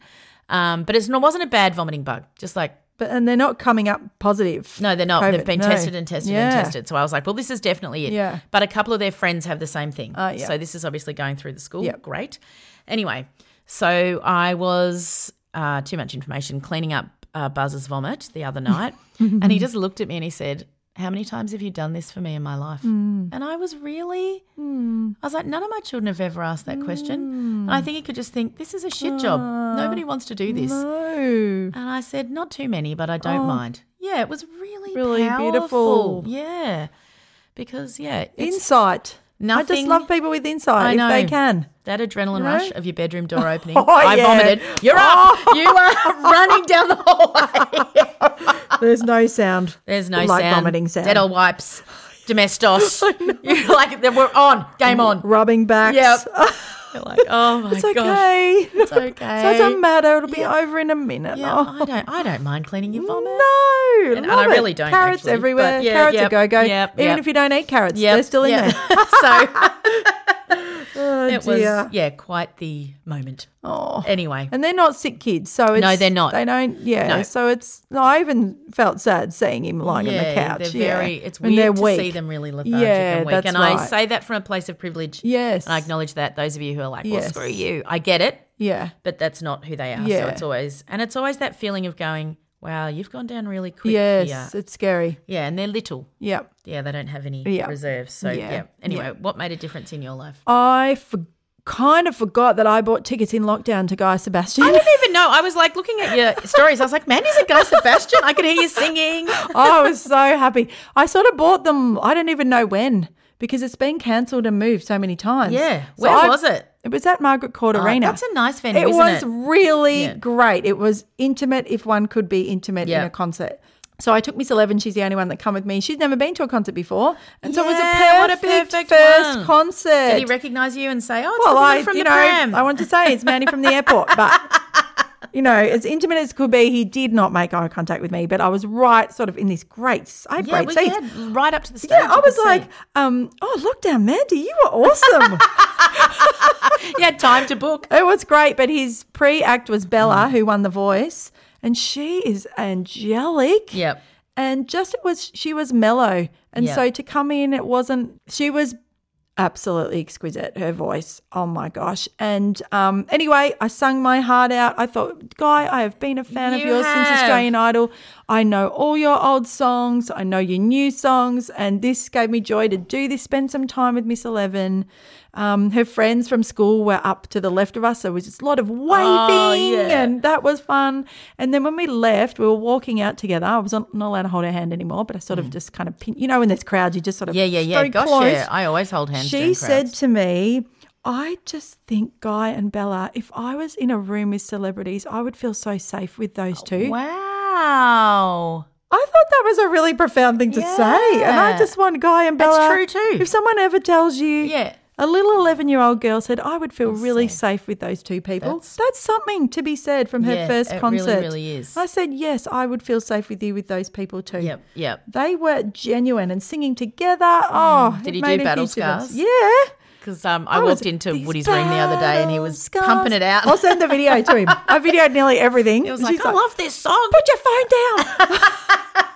Speaker 4: Um, but it's, it wasn't a bad vomiting bug. Just like
Speaker 3: But and they're not coming up positive.
Speaker 4: No, they're not.
Speaker 3: COVID,
Speaker 4: They've been
Speaker 3: no.
Speaker 4: tested and tested and
Speaker 3: Yeah.
Speaker 4: tested. So I was like, well, this is definitely it.
Speaker 3: Yeah.
Speaker 4: But a couple of their friends have the same thing.
Speaker 3: Uh, yeah.
Speaker 4: So this is obviously going through the school.
Speaker 3: Yeah.
Speaker 4: Great. Anyway, so I was uh, too much information cleaning up uh, Buzz's vomit the other
Speaker 3: *laughs*
Speaker 4: night, and he just looked at me and he said. How many times have you done this for me in my life?
Speaker 3: Hmm.
Speaker 4: And I was really, I was like, none of my children have ever asked that question. And
Speaker 3: Hmm.
Speaker 4: I think he could just think, this is a shit job. Nobody wants to do this.
Speaker 3: Ah. No.
Speaker 4: And I said, not too many, but I don't mind. Yeah, it was really,
Speaker 3: Oh. Really
Speaker 4: powerful.
Speaker 3: beautiful.
Speaker 4: Yeah. because yeah, it's
Speaker 3: Insight. I
Speaker 4: nothing-
Speaker 3: just love people with insight
Speaker 4: I
Speaker 3: if
Speaker 4: know.
Speaker 3: they
Speaker 4: *laughs*
Speaker 3: can.
Speaker 4: that adrenaline
Speaker 3: No?
Speaker 4: rush of your bedroom door
Speaker 3: *laughs*
Speaker 4: opening.
Speaker 3: Oh,
Speaker 4: I
Speaker 3: yeah.
Speaker 4: vomited. You're
Speaker 3: Oh.
Speaker 4: up. You are *laughs* running down the hallway.
Speaker 3: There's no sound.
Speaker 4: There's no
Speaker 3: like
Speaker 4: sound.
Speaker 3: vomiting sound. *laughs*
Speaker 4: Dettol wipes. Domestos. You're *laughs* like we're on.
Speaker 3: *laughs*
Speaker 4: Game on.
Speaker 3: Rubbing backs.
Speaker 4: Yep. You're like oh my
Speaker 3: It's
Speaker 4: gosh.
Speaker 3: okay. *laughs*
Speaker 4: It's okay.
Speaker 3: Doesn't matter. It'll be over in a minute.
Speaker 4: Yeah,
Speaker 3: Oh.
Speaker 4: I don't. I don't mind cleaning your vomit.
Speaker 3: No,
Speaker 4: And- and
Speaker 3: love
Speaker 4: I really
Speaker 3: it.
Speaker 4: don't,
Speaker 3: Carrots
Speaker 4: actually,
Speaker 3: everywhere.
Speaker 4: but yeah,
Speaker 3: carrots a
Speaker 4: yep,
Speaker 3: go go.
Speaker 4: yep,
Speaker 3: Even
Speaker 4: yep.
Speaker 3: if you don't eat carrots,
Speaker 4: Yeah,
Speaker 3: they're still in there. *laughs*
Speaker 4: so
Speaker 3: Oh,
Speaker 4: *laughs*
Speaker 3: dear.
Speaker 4: it was yeah, quite the moment.
Speaker 3: Oh.
Speaker 4: Anyway,
Speaker 3: And they're not sick kids, so it's,
Speaker 4: they're not.
Speaker 3: They don't. Yeah.
Speaker 4: No.
Speaker 3: So it's. No, I even felt sad seeing him lying on the couch.
Speaker 4: They're
Speaker 3: yeah.
Speaker 4: very, It's
Speaker 3: When they're
Speaker 4: weird to see
Speaker 3: weak.
Speaker 4: them really lethargic
Speaker 3: Yeah,
Speaker 4: and weak.
Speaker 3: that's
Speaker 4: and I
Speaker 3: right.
Speaker 4: say that from a place of privilege.
Speaker 3: Yes.
Speaker 4: And I acknowledge that. Those of you who are like, well,
Speaker 3: Yes.
Speaker 4: screw you. I get it,
Speaker 3: Yeah.
Speaker 4: but that's not who they are.
Speaker 3: Yeah.
Speaker 4: So it's always, and it's always that feeling of going, wow, you've gone down really quick
Speaker 3: Yes.
Speaker 4: here.
Speaker 3: It's scary.
Speaker 4: Yeah. And they're little.
Speaker 3: Yep.
Speaker 4: Yeah. They don't have any
Speaker 3: Yeah.
Speaker 4: reserves. So
Speaker 3: Yeah.
Speaker 4: yeah. Anyway,
Speaker 3: Yeah.
Speaker 4: what made a difference in your life?
Speaker 3: I for, kind of forgot that I bought tickets in lockdown to Guy Sebastian.
Speaker 4: *laughs* I didn't even know. I was like looking at your stories. I was like, man, is it Guy Sebastian? I could hear you
Speaker 3: *laughs*
Speaker 4: singing.
Speaker 3: oh, I was so happy. I sort of bought them. I don't even know when because it's been cancelled and moved so many times.
Speaker 4: Yeah.
Speaker 3: So
Speaker 4: Where
Speaker 3: I-
Speaker 4: was it?
Speaker 3: It was at Margaret Court
Speaker 4: Oh,
Speaker 3: Arena.
Speaker 4: that's a nice venue,
Speaker 3: It
Speaker 4: isn't
Speaker 3: was
Speaker 4: it?
Speaker 3: really
Speaker 4: Yeah.
Speaker 3: great. It was intimate, if one could be intimate in
Speaker 4: Yeah.
Speaker 3: a concert. So I took Miss Eleven. She's the only one that come with me. She's never been to a concert before, and so it was a
Speaker 4: Yeah, what a
Speaker 3: perfect,
Speaker 4: perfect
Speaker 3: first
Speaker 4: one.
Speaker 3: concert.
Speaker 4: Did he recognize you and say, oh, it's
Speaker 3: well,
Speaker 4: the woman
Speaker 3: I
Speaker 4: from
Speaker 3: you
Speaker 4: the
Speaker 3: know
Speaker 4: pram?
Speaker 3: I want to say it's Manny from the airport,
Speaker 4: *laughs*
Speaker 3: but you know, as intimate as could be, he did not make eye contact with me. But I was right, sort of in this great. I had
Speaker 4: Yeah,
Speaker 3: great
Speaker 4: we
Speaker 3: seats.
Speaker 4: had right up to the stage.
Speaker 3: Yeah,
Speaker 4: you
Speaker 3: I
Speaker 4: could
Speaker 3: was
Speaker 4: see.
Speaker 3: like, um, oh, lockdown, Mandy, you were
Speaker 4: *laughs*
Speaker 3: awesome.
Speaker 4: you had time to book.
Speaker 3: it was great. But his pre act was
Speaker 4: Mm.
Speaker 3: Bella, who won The Voice, and she is angelic.
Speaker 4: Yep.
Speaker 3: And just it was, she was mellow. And
Speaker 4: Yep.
Speaker 3: so to come in, it wasn't, she was absolutely exquisite, her voice. Oh my gosh. And um, anyway, I sung my heart out. I thought, Guy, I have been a fan of
Speaker 4: You
Speaker 3: yours since
Speaker 4: have.
Speaker 3: Australian Idol. I know all your old songs, I know your new songs. And this gave me joy to do this, spend some time with Miss Eleven. Um, her friends from school were up to the left of us. So it was just a lot of waving,
Speaker 4: Oh, yeah.
Speaker 3: and that was fun. And then when we left, we were walking out together. I was not not allowed to hold her hand anymore, but I sort of just kind of, pin, you know, in this crowd, you just sort of
Speaker 4: Hmm. Yeah, yeah, yeah.
Speaker 3: very
Speaker 4: Gosh,
Speaker 3: close.
Speaker 4: yeah. I always hold hands.
Speaker 3: She
Speaker 4: during
Speaker 3: said
Speaker 4: crowds.
Speaker 3: to me, I just think Guy and Bella, if I was in a room with celebrities, I would feel so safe with
Speaker 4: Oh,
Speaker 3: those two.
Speaker 4: "Wow,
Speaker 3: I thought that was a really profound thing to say. And I
Speaker 4: Yeah.
Speaker 3: just want Guy and
Speaker 4: That's
Speaker 3: Bella.
Speaker 4: true too.
Speaker 3: If someone ever tells you,
Speaker 4: Yeah.
Speaker 3: a little 11 year old girl said, I would feel really safe with those two people. That's,
Speaker 4: That's-
Speaker 3: something to be said from her
Speaker 4: Yeah,
Speaker 3: first
Speaker 4: it really,
Speaker 3: concert.
Speaker 4: really is.
Speaker 3: I said, Yes, I would feel safe with you with those people too.
Speaker 4: Yep, yep.
Speaker 3: They were genuine and singing together. Oh,
Speaker 4: Did
Speaker 3: it
Speaker 4: he do
Speaker 3: made a
Speaker 4: battle
Speaker 3: huge difference.
Speaker 4: scars?
Speaker 3: Yeah.
Speaker 4: because um, I,
Speaker 3: I was
Speaker 4: walked into
Speaker 3: these
Speaker 4: Woody's room the other day and he was
Speaker 3: battle
Speaker 4: pumping it out.
Speaker 3: I'll
Speaker 4: *laughs*
Speaker 3: send the video to him. I videoed nearly everything.
Speaker 4: It was like, "I love this song."
Speaker 3: Put your phone *laughs* down.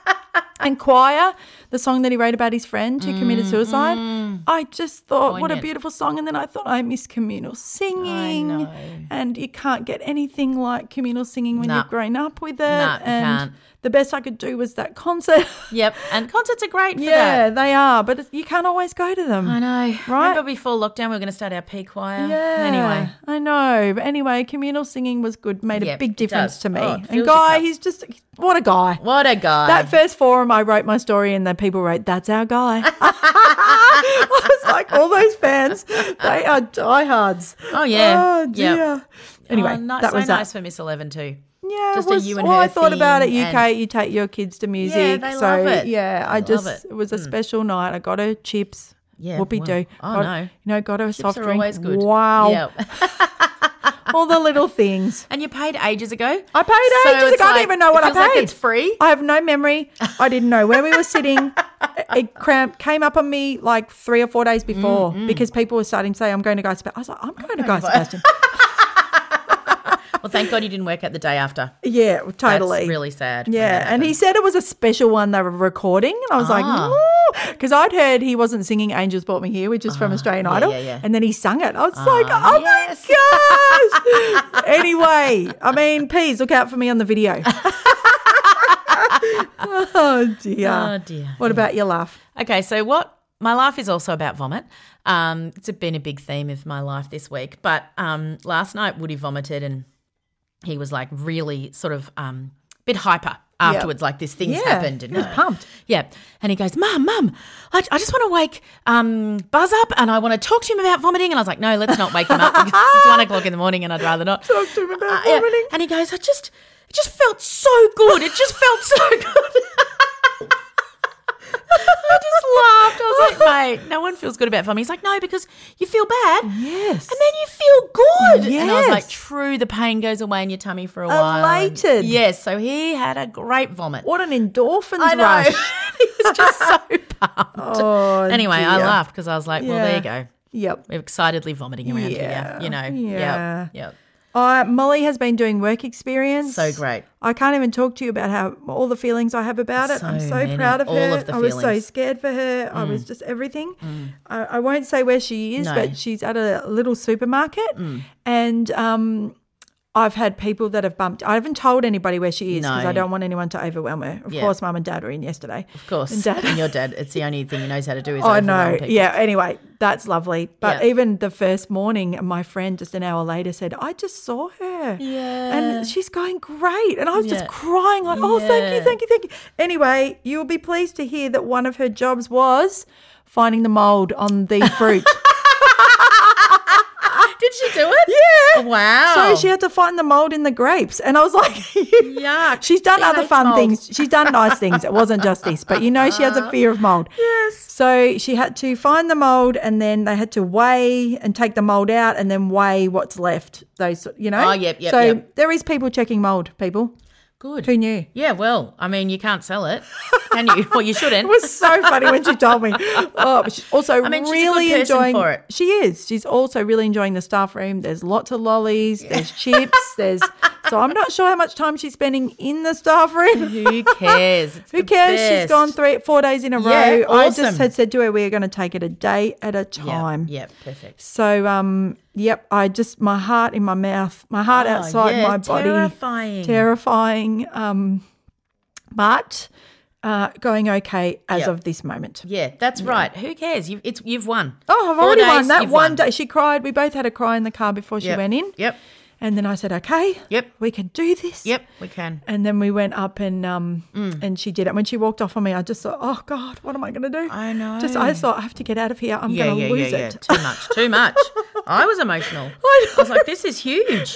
Speaker 3: and Choir, the song that he wrote about his friend who committed suicide. I just thought, what a
Speaker 4: Mm-hmm. Poignant.
Speaker 3: beautiful song. And then I thought, I miss communal singing.
Speaker 4: know.
Speaker 3: And you can't get anything like communal singing when
Speaker 4: Nah.
Speaker 3: you've grown up with it.
Speaker 4: Nah, you
Speaker 3: and
Speaker 4: can't.
Speaker 3: the best I could do was that concert. *laughs*
Speaker 4: Yep, and concerts are great for
Speaker 3: yeah,
Speaker 4: that.
Speaker 3: they are, but it's- you can't always go to them.
Speaker 4: I know.
Speaker 3: Right?
Speaker 4: Remember before lockdown, we were going to start our P choir.
Speaker 3: Yeah.
Speaker 4: Anyway,
Speaker 3: I know. But anyway, communal singing was good, made a
Speaker 4: Yep,
Speaker 3: big
Speaker 4: it
Speaker 3: difference
Speaker 4: does.
Speaker 3: to me.
Speaker 4: Oh, it
Speaker 3: and
Speaker 4: fills your
Speaker 3: Guy,
Speaker 4: cup.
Speaker 3: he's just what a guy.
Speaker 4: what a guy.
Speaker 3: That first forum, I wrote my story, and then people wrote, "That's our guy." *laughs* I was like, all those fans, they are diehards.
Speaker 4: Oh, yeah.
Speaker 3: Oh
Speaker 4: Yep.
Speaker 3: dear. Anyway,
Speaker 4: oh, nice,
Speaker 3: that
Speaker 4: so
Speaker 3: was that.
Speaker 4: nice for Miss Eleven too.
Speaker 3: Yeah,
Speaker 4: Just
Speaker 3: it
Speaker 4: a
Speaker 3: was,
Speaker 4: you and
Speaker 3: all
Speaker 4: her
Speaker 3: I thought about at
Speaker 4: thing
Speaker 3: UK,
Speaker 4: and-
Speaker 3: you take your kids to music.
Speaker 4: they
Speaker 3: so
Speaker 4: love it.
Speaker 3: yeah, I
Speaker 4: They love
Speaker 3: just
Speaker 4: it. Mm.
Speaker 3: it. was a special night. I got her chips.
Speaker 4: Yeah,
Speaker 3: whoopie do.
Speaker 4: well, oh, no.
Speaker 3: You know, got her a
Speaker 4: Chips
Speaker 3: soft
Speaker 4: are
Speaker 3: drink.
Speaker 4: always good.
Speaker 3: Wow,
Speaker 4: Yep.
Speaker 3: all the little things.
Speaker 4: And you paid ages ago.
Speaker 3: I paid
Speaker 4: So
Speaker 3: ages
Speaker 4: it's
Speaker 3: ago. I don't
Speaker 4: like-
Speaker 3: even know
Speaker 4: it
Speaker 3: what I paid.
Speaker 4: feels like it's free.
Speaker 3: I have no memory. I didn't know where we were sitting.
Speaker 4: *laughs*
Speaker 3: It- It cramp came up on me like three or four days before
Speaker 4: Mm,
Speaker 3: because people were starting to say, "I'm going to Guy Sebastian." I was like, "I'm going to Guy Sebastian." *laughs*
Speaker 4: Well, thank God you didn't work out the day after.
Speaker 3: yeah, *laughs* totally.
Speaker 4: That's really sad. when that
Speaker 3: Yeah, and he
Speaker 4: happens.
Speaker 3: said it was a special one they were recording, and I was
Speaker 4: Ah.
Speaker 3: like, because I'd heard he wasn't singing "Angels Brought Me Here," which is from Australian Idol,
Speaker 4: Ah. yeah, Ah, yeah.
Speaker 3: and then he sung it. I was like, oh my gosh! *laughs* anyway, I mean, please look out for me on the video. *laughs* oh dear!
Speaker 4: Oh, dear.
Speaker 3: What about your
Speaker 4: *laughs*
Speaker 3: laugh?
Speaker 4: Okay, so what my life is also about vomit. Um, it's been a big theme of my life this week. But um, last night Woody vomited and he was like really sort of um, a bit hyper afterwards, like this thing's
Speaker 3: Yeah,
Speaker 4: happened. And
Speaker 3: he was pumped.
Speaker 4: Yeah. And he goes, Mum, Mum, I, I just want to wake um, Buzz up and I want to talk to him about vomiting. And I was like, No, let's not wake him
Speaker 3: *laughs*
Speaker 4: up because it's one o'clock in the morning and I'd rather not. Talk
Speaker 3: to him about vomiting.
Speaker 4: And he goes, I just, it just felt so good. It just felt so *laughs* good. *laughs* I just laughed. I
Speaker 3: *laughs*
Speaker 4: was like, mate, no one feels good about vomiting. He's like, no, because you feel bad.
Speaker 3: Yes.
Speaker 4: And then you feel good. And I was like,
Speaker 3: Yes.
Speaker 4: true, the pain goes away in your tummy for a while. And-
Speaker 3: Elated.
Speaker 4: Yes. So he had a great vomit.
Speaker 3: What an endorphins
Speaker 4: I know. *laughs*
Speaker 3: rush.
Speaker 4: It's just so pumped.
Speaker 3: *laughs* Oh,
Speaker 4: anyway, I
Speaker 3: dear.
Speaker 4: laughed because I was like, well, there you go.
Speaker 3: Yep.
Speaker 4: We're excitedly vomiting around
Speaker 3: Yeah.
Speaker 4: here. You know.
Speaker 3: Yeah.
Speaker 4: Yep. Yep.
Speaker 3: Uh, Molly has been doing work experience.
Speaker 4: So great.
Speaker 3: I can't even talk to you about how all the feelings I have about it. I'm
Speaker 4: So
Speaker 3: so
Speaker 4: many.
Speaker 3: proud of
Speaker 4: All
Speaker 3: her.
Speaker 4: of the
Speaker 3: I was so
Speaker 4: feelings. Mm.
Speaker 3: scared for her. I was just everything. I, I won't say where she is,
Speaker 4: No. Mm.
Speaker 3: but she's at a little supermarket, and um, I've had people that have bumped. I haven't told anybody where she is because
Speaker 4: No.
Speaker 3: I don't want anyone to overwhelm her. Of
Speaker 4: Yeah.
Speaker 3: course, Mum and Dad were in yesterday.
Speaker 4: Of course.
Speaker 3: And Dad-
Speaker 4: And your dad. It's the only thing he knows how to do is
Speaker 3: I
Speaker 4: overwhelm
Speaker 3: know.
Speaker 4: people.
Speaker 3: Oh, Yeah. Anyway, that's lovely. But
Speaker 4: Yeah.
Speaker 3: even the first morning, my friend just an hour later said, I just saw her. Yeah. And she's going great. And I was
Speaker 4: Yeah.
Speaker 3: just crying, like, oh, thank
Speaker 4: Yeah.
Speaker 3: you, thank you, thank you. Anyway, you'll be pleased to hear that one of her jobs was finding the mold on the
Speaker 4: *laughs*
Speaker 3: fruit.
Speaker 4: *laughs* Did she do it?
Speaker 3: *laughs*
Speaker 4: Oh,
Speaker 3: Yeah.
Speaker 4: Wow.
Speaker 3: So she had to find the mold in the grapes. And I was like, *laughs*
Speaker 4: Yuck.
Speaker 3: She's done
Speaker 4: She
Speaker 3: other
Speaker 4: hates
Speaker 3: fun
Speaker 4: mold.
Speaker 3: things. She's done nice things. It wasn't just this, but you know, she has a fear of mold. Yes. So she had to find the mold and then they had to weigh and take the mold out and then weigh what's left. Those, you know?
Speaker 4: Oh, yep, yep,
Speaker 3: So
Speaker 4: yep.
Speaker 3: there is people checking mold, people.
Speaker 4: Good.
Speaker 3: Who knew?
Speaker 4: Yeah, well, I mean, you can't sell it, can you? Well, you shouldn't.
Speaker 3: *laughs* It was so funny when she told me. Oh, but she's also
Speaker 4: I mean, she's a
Speaker 3: really
Speaker 4: good person
Speaker 3: enjoying
Speaker 4: for it.
Speaker 3: She is. She's also really enjoying the staff room. There's lots of lollies. There's chips. There's so I'm not sure how much time she's spending in the staff room.
Speaker 4: Who cares?
Speaker 3: *laughs*
Speaker 4: It's
Speaker 3: Who
Speaker 4: the
Speaker 3: cares? She's
Speaker 4: best.
Speaker 3: gone three, four days in a row.
Speaker 4: Yeah,
Speaker 3: I
Speaker 4: awesome.
Speaker 3: just had said to her, we are going to take it a day at a time.
Speaker 4: Yeah, yeah, perfect.
Speaker 3: So, um, yep. I just my heart in my mouth, my heart outside
Speaker 4: Oh, yeah,
Speaker 3: my body.
Speaker 4: terrifying.
Speaker 3: Terrifying. Um, but uh, going okay as
Speaker 4: Yep.
Speaker 3: of this moment.
Speaker 4: Yeah, that's right. Who cares? You've it's you've won.
Speaker 3: Oh, I've
Speaker 4: Four
Speaker 3: already
Speaker 4: days,
Speaker 3: won that
Speaker 4: you've
Speaker 3: one
Speaker 4: won.
Speaker 3: day. She cried. We both had a cry in the car before she
Speaker 4: Yep.
Speaker 3: went in.
Speaker 4: Yep.
Speaker 3: And then I said, "Okay,
Speaker 4: Yep.
Speaker 3: we can do this."
Speaker 4: Yep. Mm. We can.
Speaker 3: And then we went up and um and she did it. When she walked off on me, I just thought, "Oh God, what am I going to do?"
Speaker 4: I know.
Speaker 3: Just I thought, "I have to get out of here. *laughs* I'm
Speaker 4: Yeah,
Speaker 3: going to
Speaker 4: yeah,
Speaker 3: lose
Speaker 4: yeah, yeah.
Speaker 3: it."
Speaker 4: Too much.
Speaker 3: *laughs*
Speaker 4: Too much. I was emotional. I,
Speaker 3: I
Speaker 4: was like, this is
Speaker 3: *laughs*
Speaker 4: huge.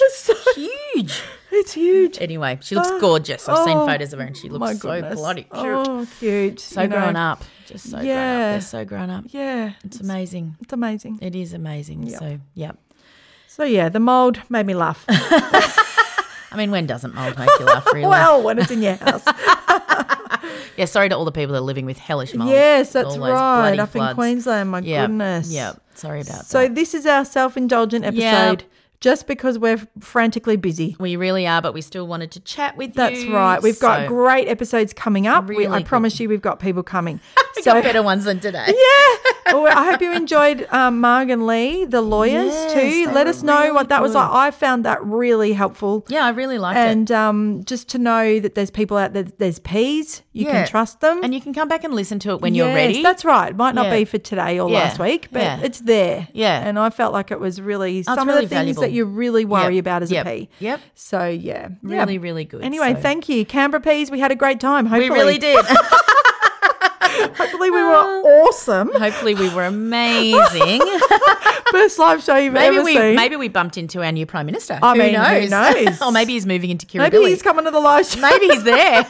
Speaker 4: huge.
Speaker 3: it's huge.
Speaker 4: Anyway, she looks gorgeous. I've seen
Speaker 3: Oh,
Speaker 4: photos of her and she
Speaker 3: My
Speaker 4: looks so
Speaker 3: goodness.
Speaker 4: bloody cute.
Speaker 3: Oh, cute.
Speaker 4: so
Speaker 3: you know.
Speaker 4: grown up. Just so grown up.
Speaker 3: Yeah.
Speaker 4: They're so grown up.
Speaker 3: Yeah,
Speaker 4: It's amazing.
Speaker 3: it's amazing.
Speaker 4: It is amazing. So, yeah.
Speaker 3: So yeah, the mold made me
Speaker 4: *laughs*
Speaker 3: laugh.
Speaker 4: I mean, when doesn't mold make you laugh,
Speaker 3: *laughs*
Speaker 4: really?
Speaker 3: well, when it's in
Speaker 4: *laughs*
Speaker 3: your house.
Speaker 4: Yeah, sorry to all the people that are living with hellish mold.
Speaker 3: yes,
Speaker 4: and
Speaker 3: that's
Speaker 4: Oh, all those
Speaker 3: right.
Speaker 4: bloody
Speaker 3: Up in
Speaker 4: floods.
Speaker 3: Queensland, my
Speaker 4: Yeah,
Speaker 3: goodness.
Speaker 4: Yeah, sorry about
Speaker 3: So
Speaker 4: that.
Speaker 3: this is our self-indulgent episode,
Speaker 4: Yeah.
Speaker 3: just because we're frantically busy.
Speaker 4: We really are, but we still wanted to chat with
Speaker 3: That's
Speaker 4: you.
Speaker 3: right. We've got
Speaker 4: so-
Speaker 3: great episodes coming up. we,
Speaker 4: Really
Speaker 3: I
Speaker 4: good.
Speaker 3: promise you, we've got people coming.
Speaker 4: we
Speaker 3: so
Speaker 4: *laughs* got better ones than today.
Speaker 3: *laughs* yeah, well, I hope you enjoyed um, Marg and Lee, the lawyers
Speaker 4: Yes,
Speaker 3: too.
Speaker 4: they
Speaker 3: Let
Speaker 4: were
Speaker 3: us know
Speaker 4: really
Speaker 3: what that was
Speaker 4: good.
Speaker 3: like. I found that really helpful.
Speaker 4: Yeah, I really liked
Speaker 3: And um, just to know that there's people out there, that there's peas, you
Speaker 4: Yeah.
Speaker 3: can trust them.
Speaker 4: it. And you can come back and listen to it when you're
Speaker 3: um, Yes,
Speaker 4: ready.
Speaker 3: That's right. Might not
Speaker 4: Yeah.
Speaker 3: be for today or
Speaker 4: Yeah.
Speaker 3: last week, but
Speaker 4: Yeah.
Speaker 3: it's there.
Speaker 4: Yeah.
Speaker 3: And I felt like it was really
Speaker 4: it's
Speaker 3: some
Speaker 4: really
Speaker 3: of the things
Speaker 4: valuable.
Speaker 3: that you really worry
Speaker 4: Yep.
Speaker 3: about as
Speaker 4: Yep.
Speaker 3: a pea.
Speaker 4: Yep.
Speaker 3: So yeah. Yeah.
Speaker 4: Really, really good.
Speaker 3: Anyway,
Speaker 4: So-
Speaker 3: thank you. Canberra peas, we had a great time. Hopefully.
Speaker 4: We really did. *laughs*
Speaker 3: Hopefully we were
Speaker 4: *laughs*
Speaker 3: awesome.
Speaker 4: Hopefully, we
Speaker 3: *laughs*
Speaker 4: were amazing.
Speaker 3: First live show you've
Speaker 4: maybe
Speaker 3: ever
Speaker 4: we
Speaker 3: seen.
Speaker 4: maybe we bumped into our new prime minister.
Speaker 3: I
Speaker 4: who
Speaker 3: mean,
Speaker 4: knows?
Speaker 3: who knows?
Speaker 4: *laughs* or maybe he's moving into Kirribilli.
Speaker 3: Maybe he's coming to the live show.
Speaker 4: Maybe he's there.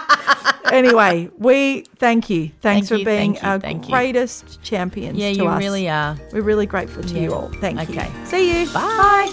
Speaker 3: *laughs* anyway, we thank you. Thanks
Speaker 4: Thank
Speaker 3: for
Speaker 4: you,
Speaker 3: being
Speaker 4: thank you,
Speaker 3: our
Speaker 4: thank you.
Speaker 3: greatest champions
Speaker 4: yeah,
Speaker 3: to
Speaker 4: you
Speaker 3: us.
Speaker 4: really are.
Speaker 3: We're really grateful to you all. Thank you.
Speaker 4: Okay.
Speaker 3: See you. Bye.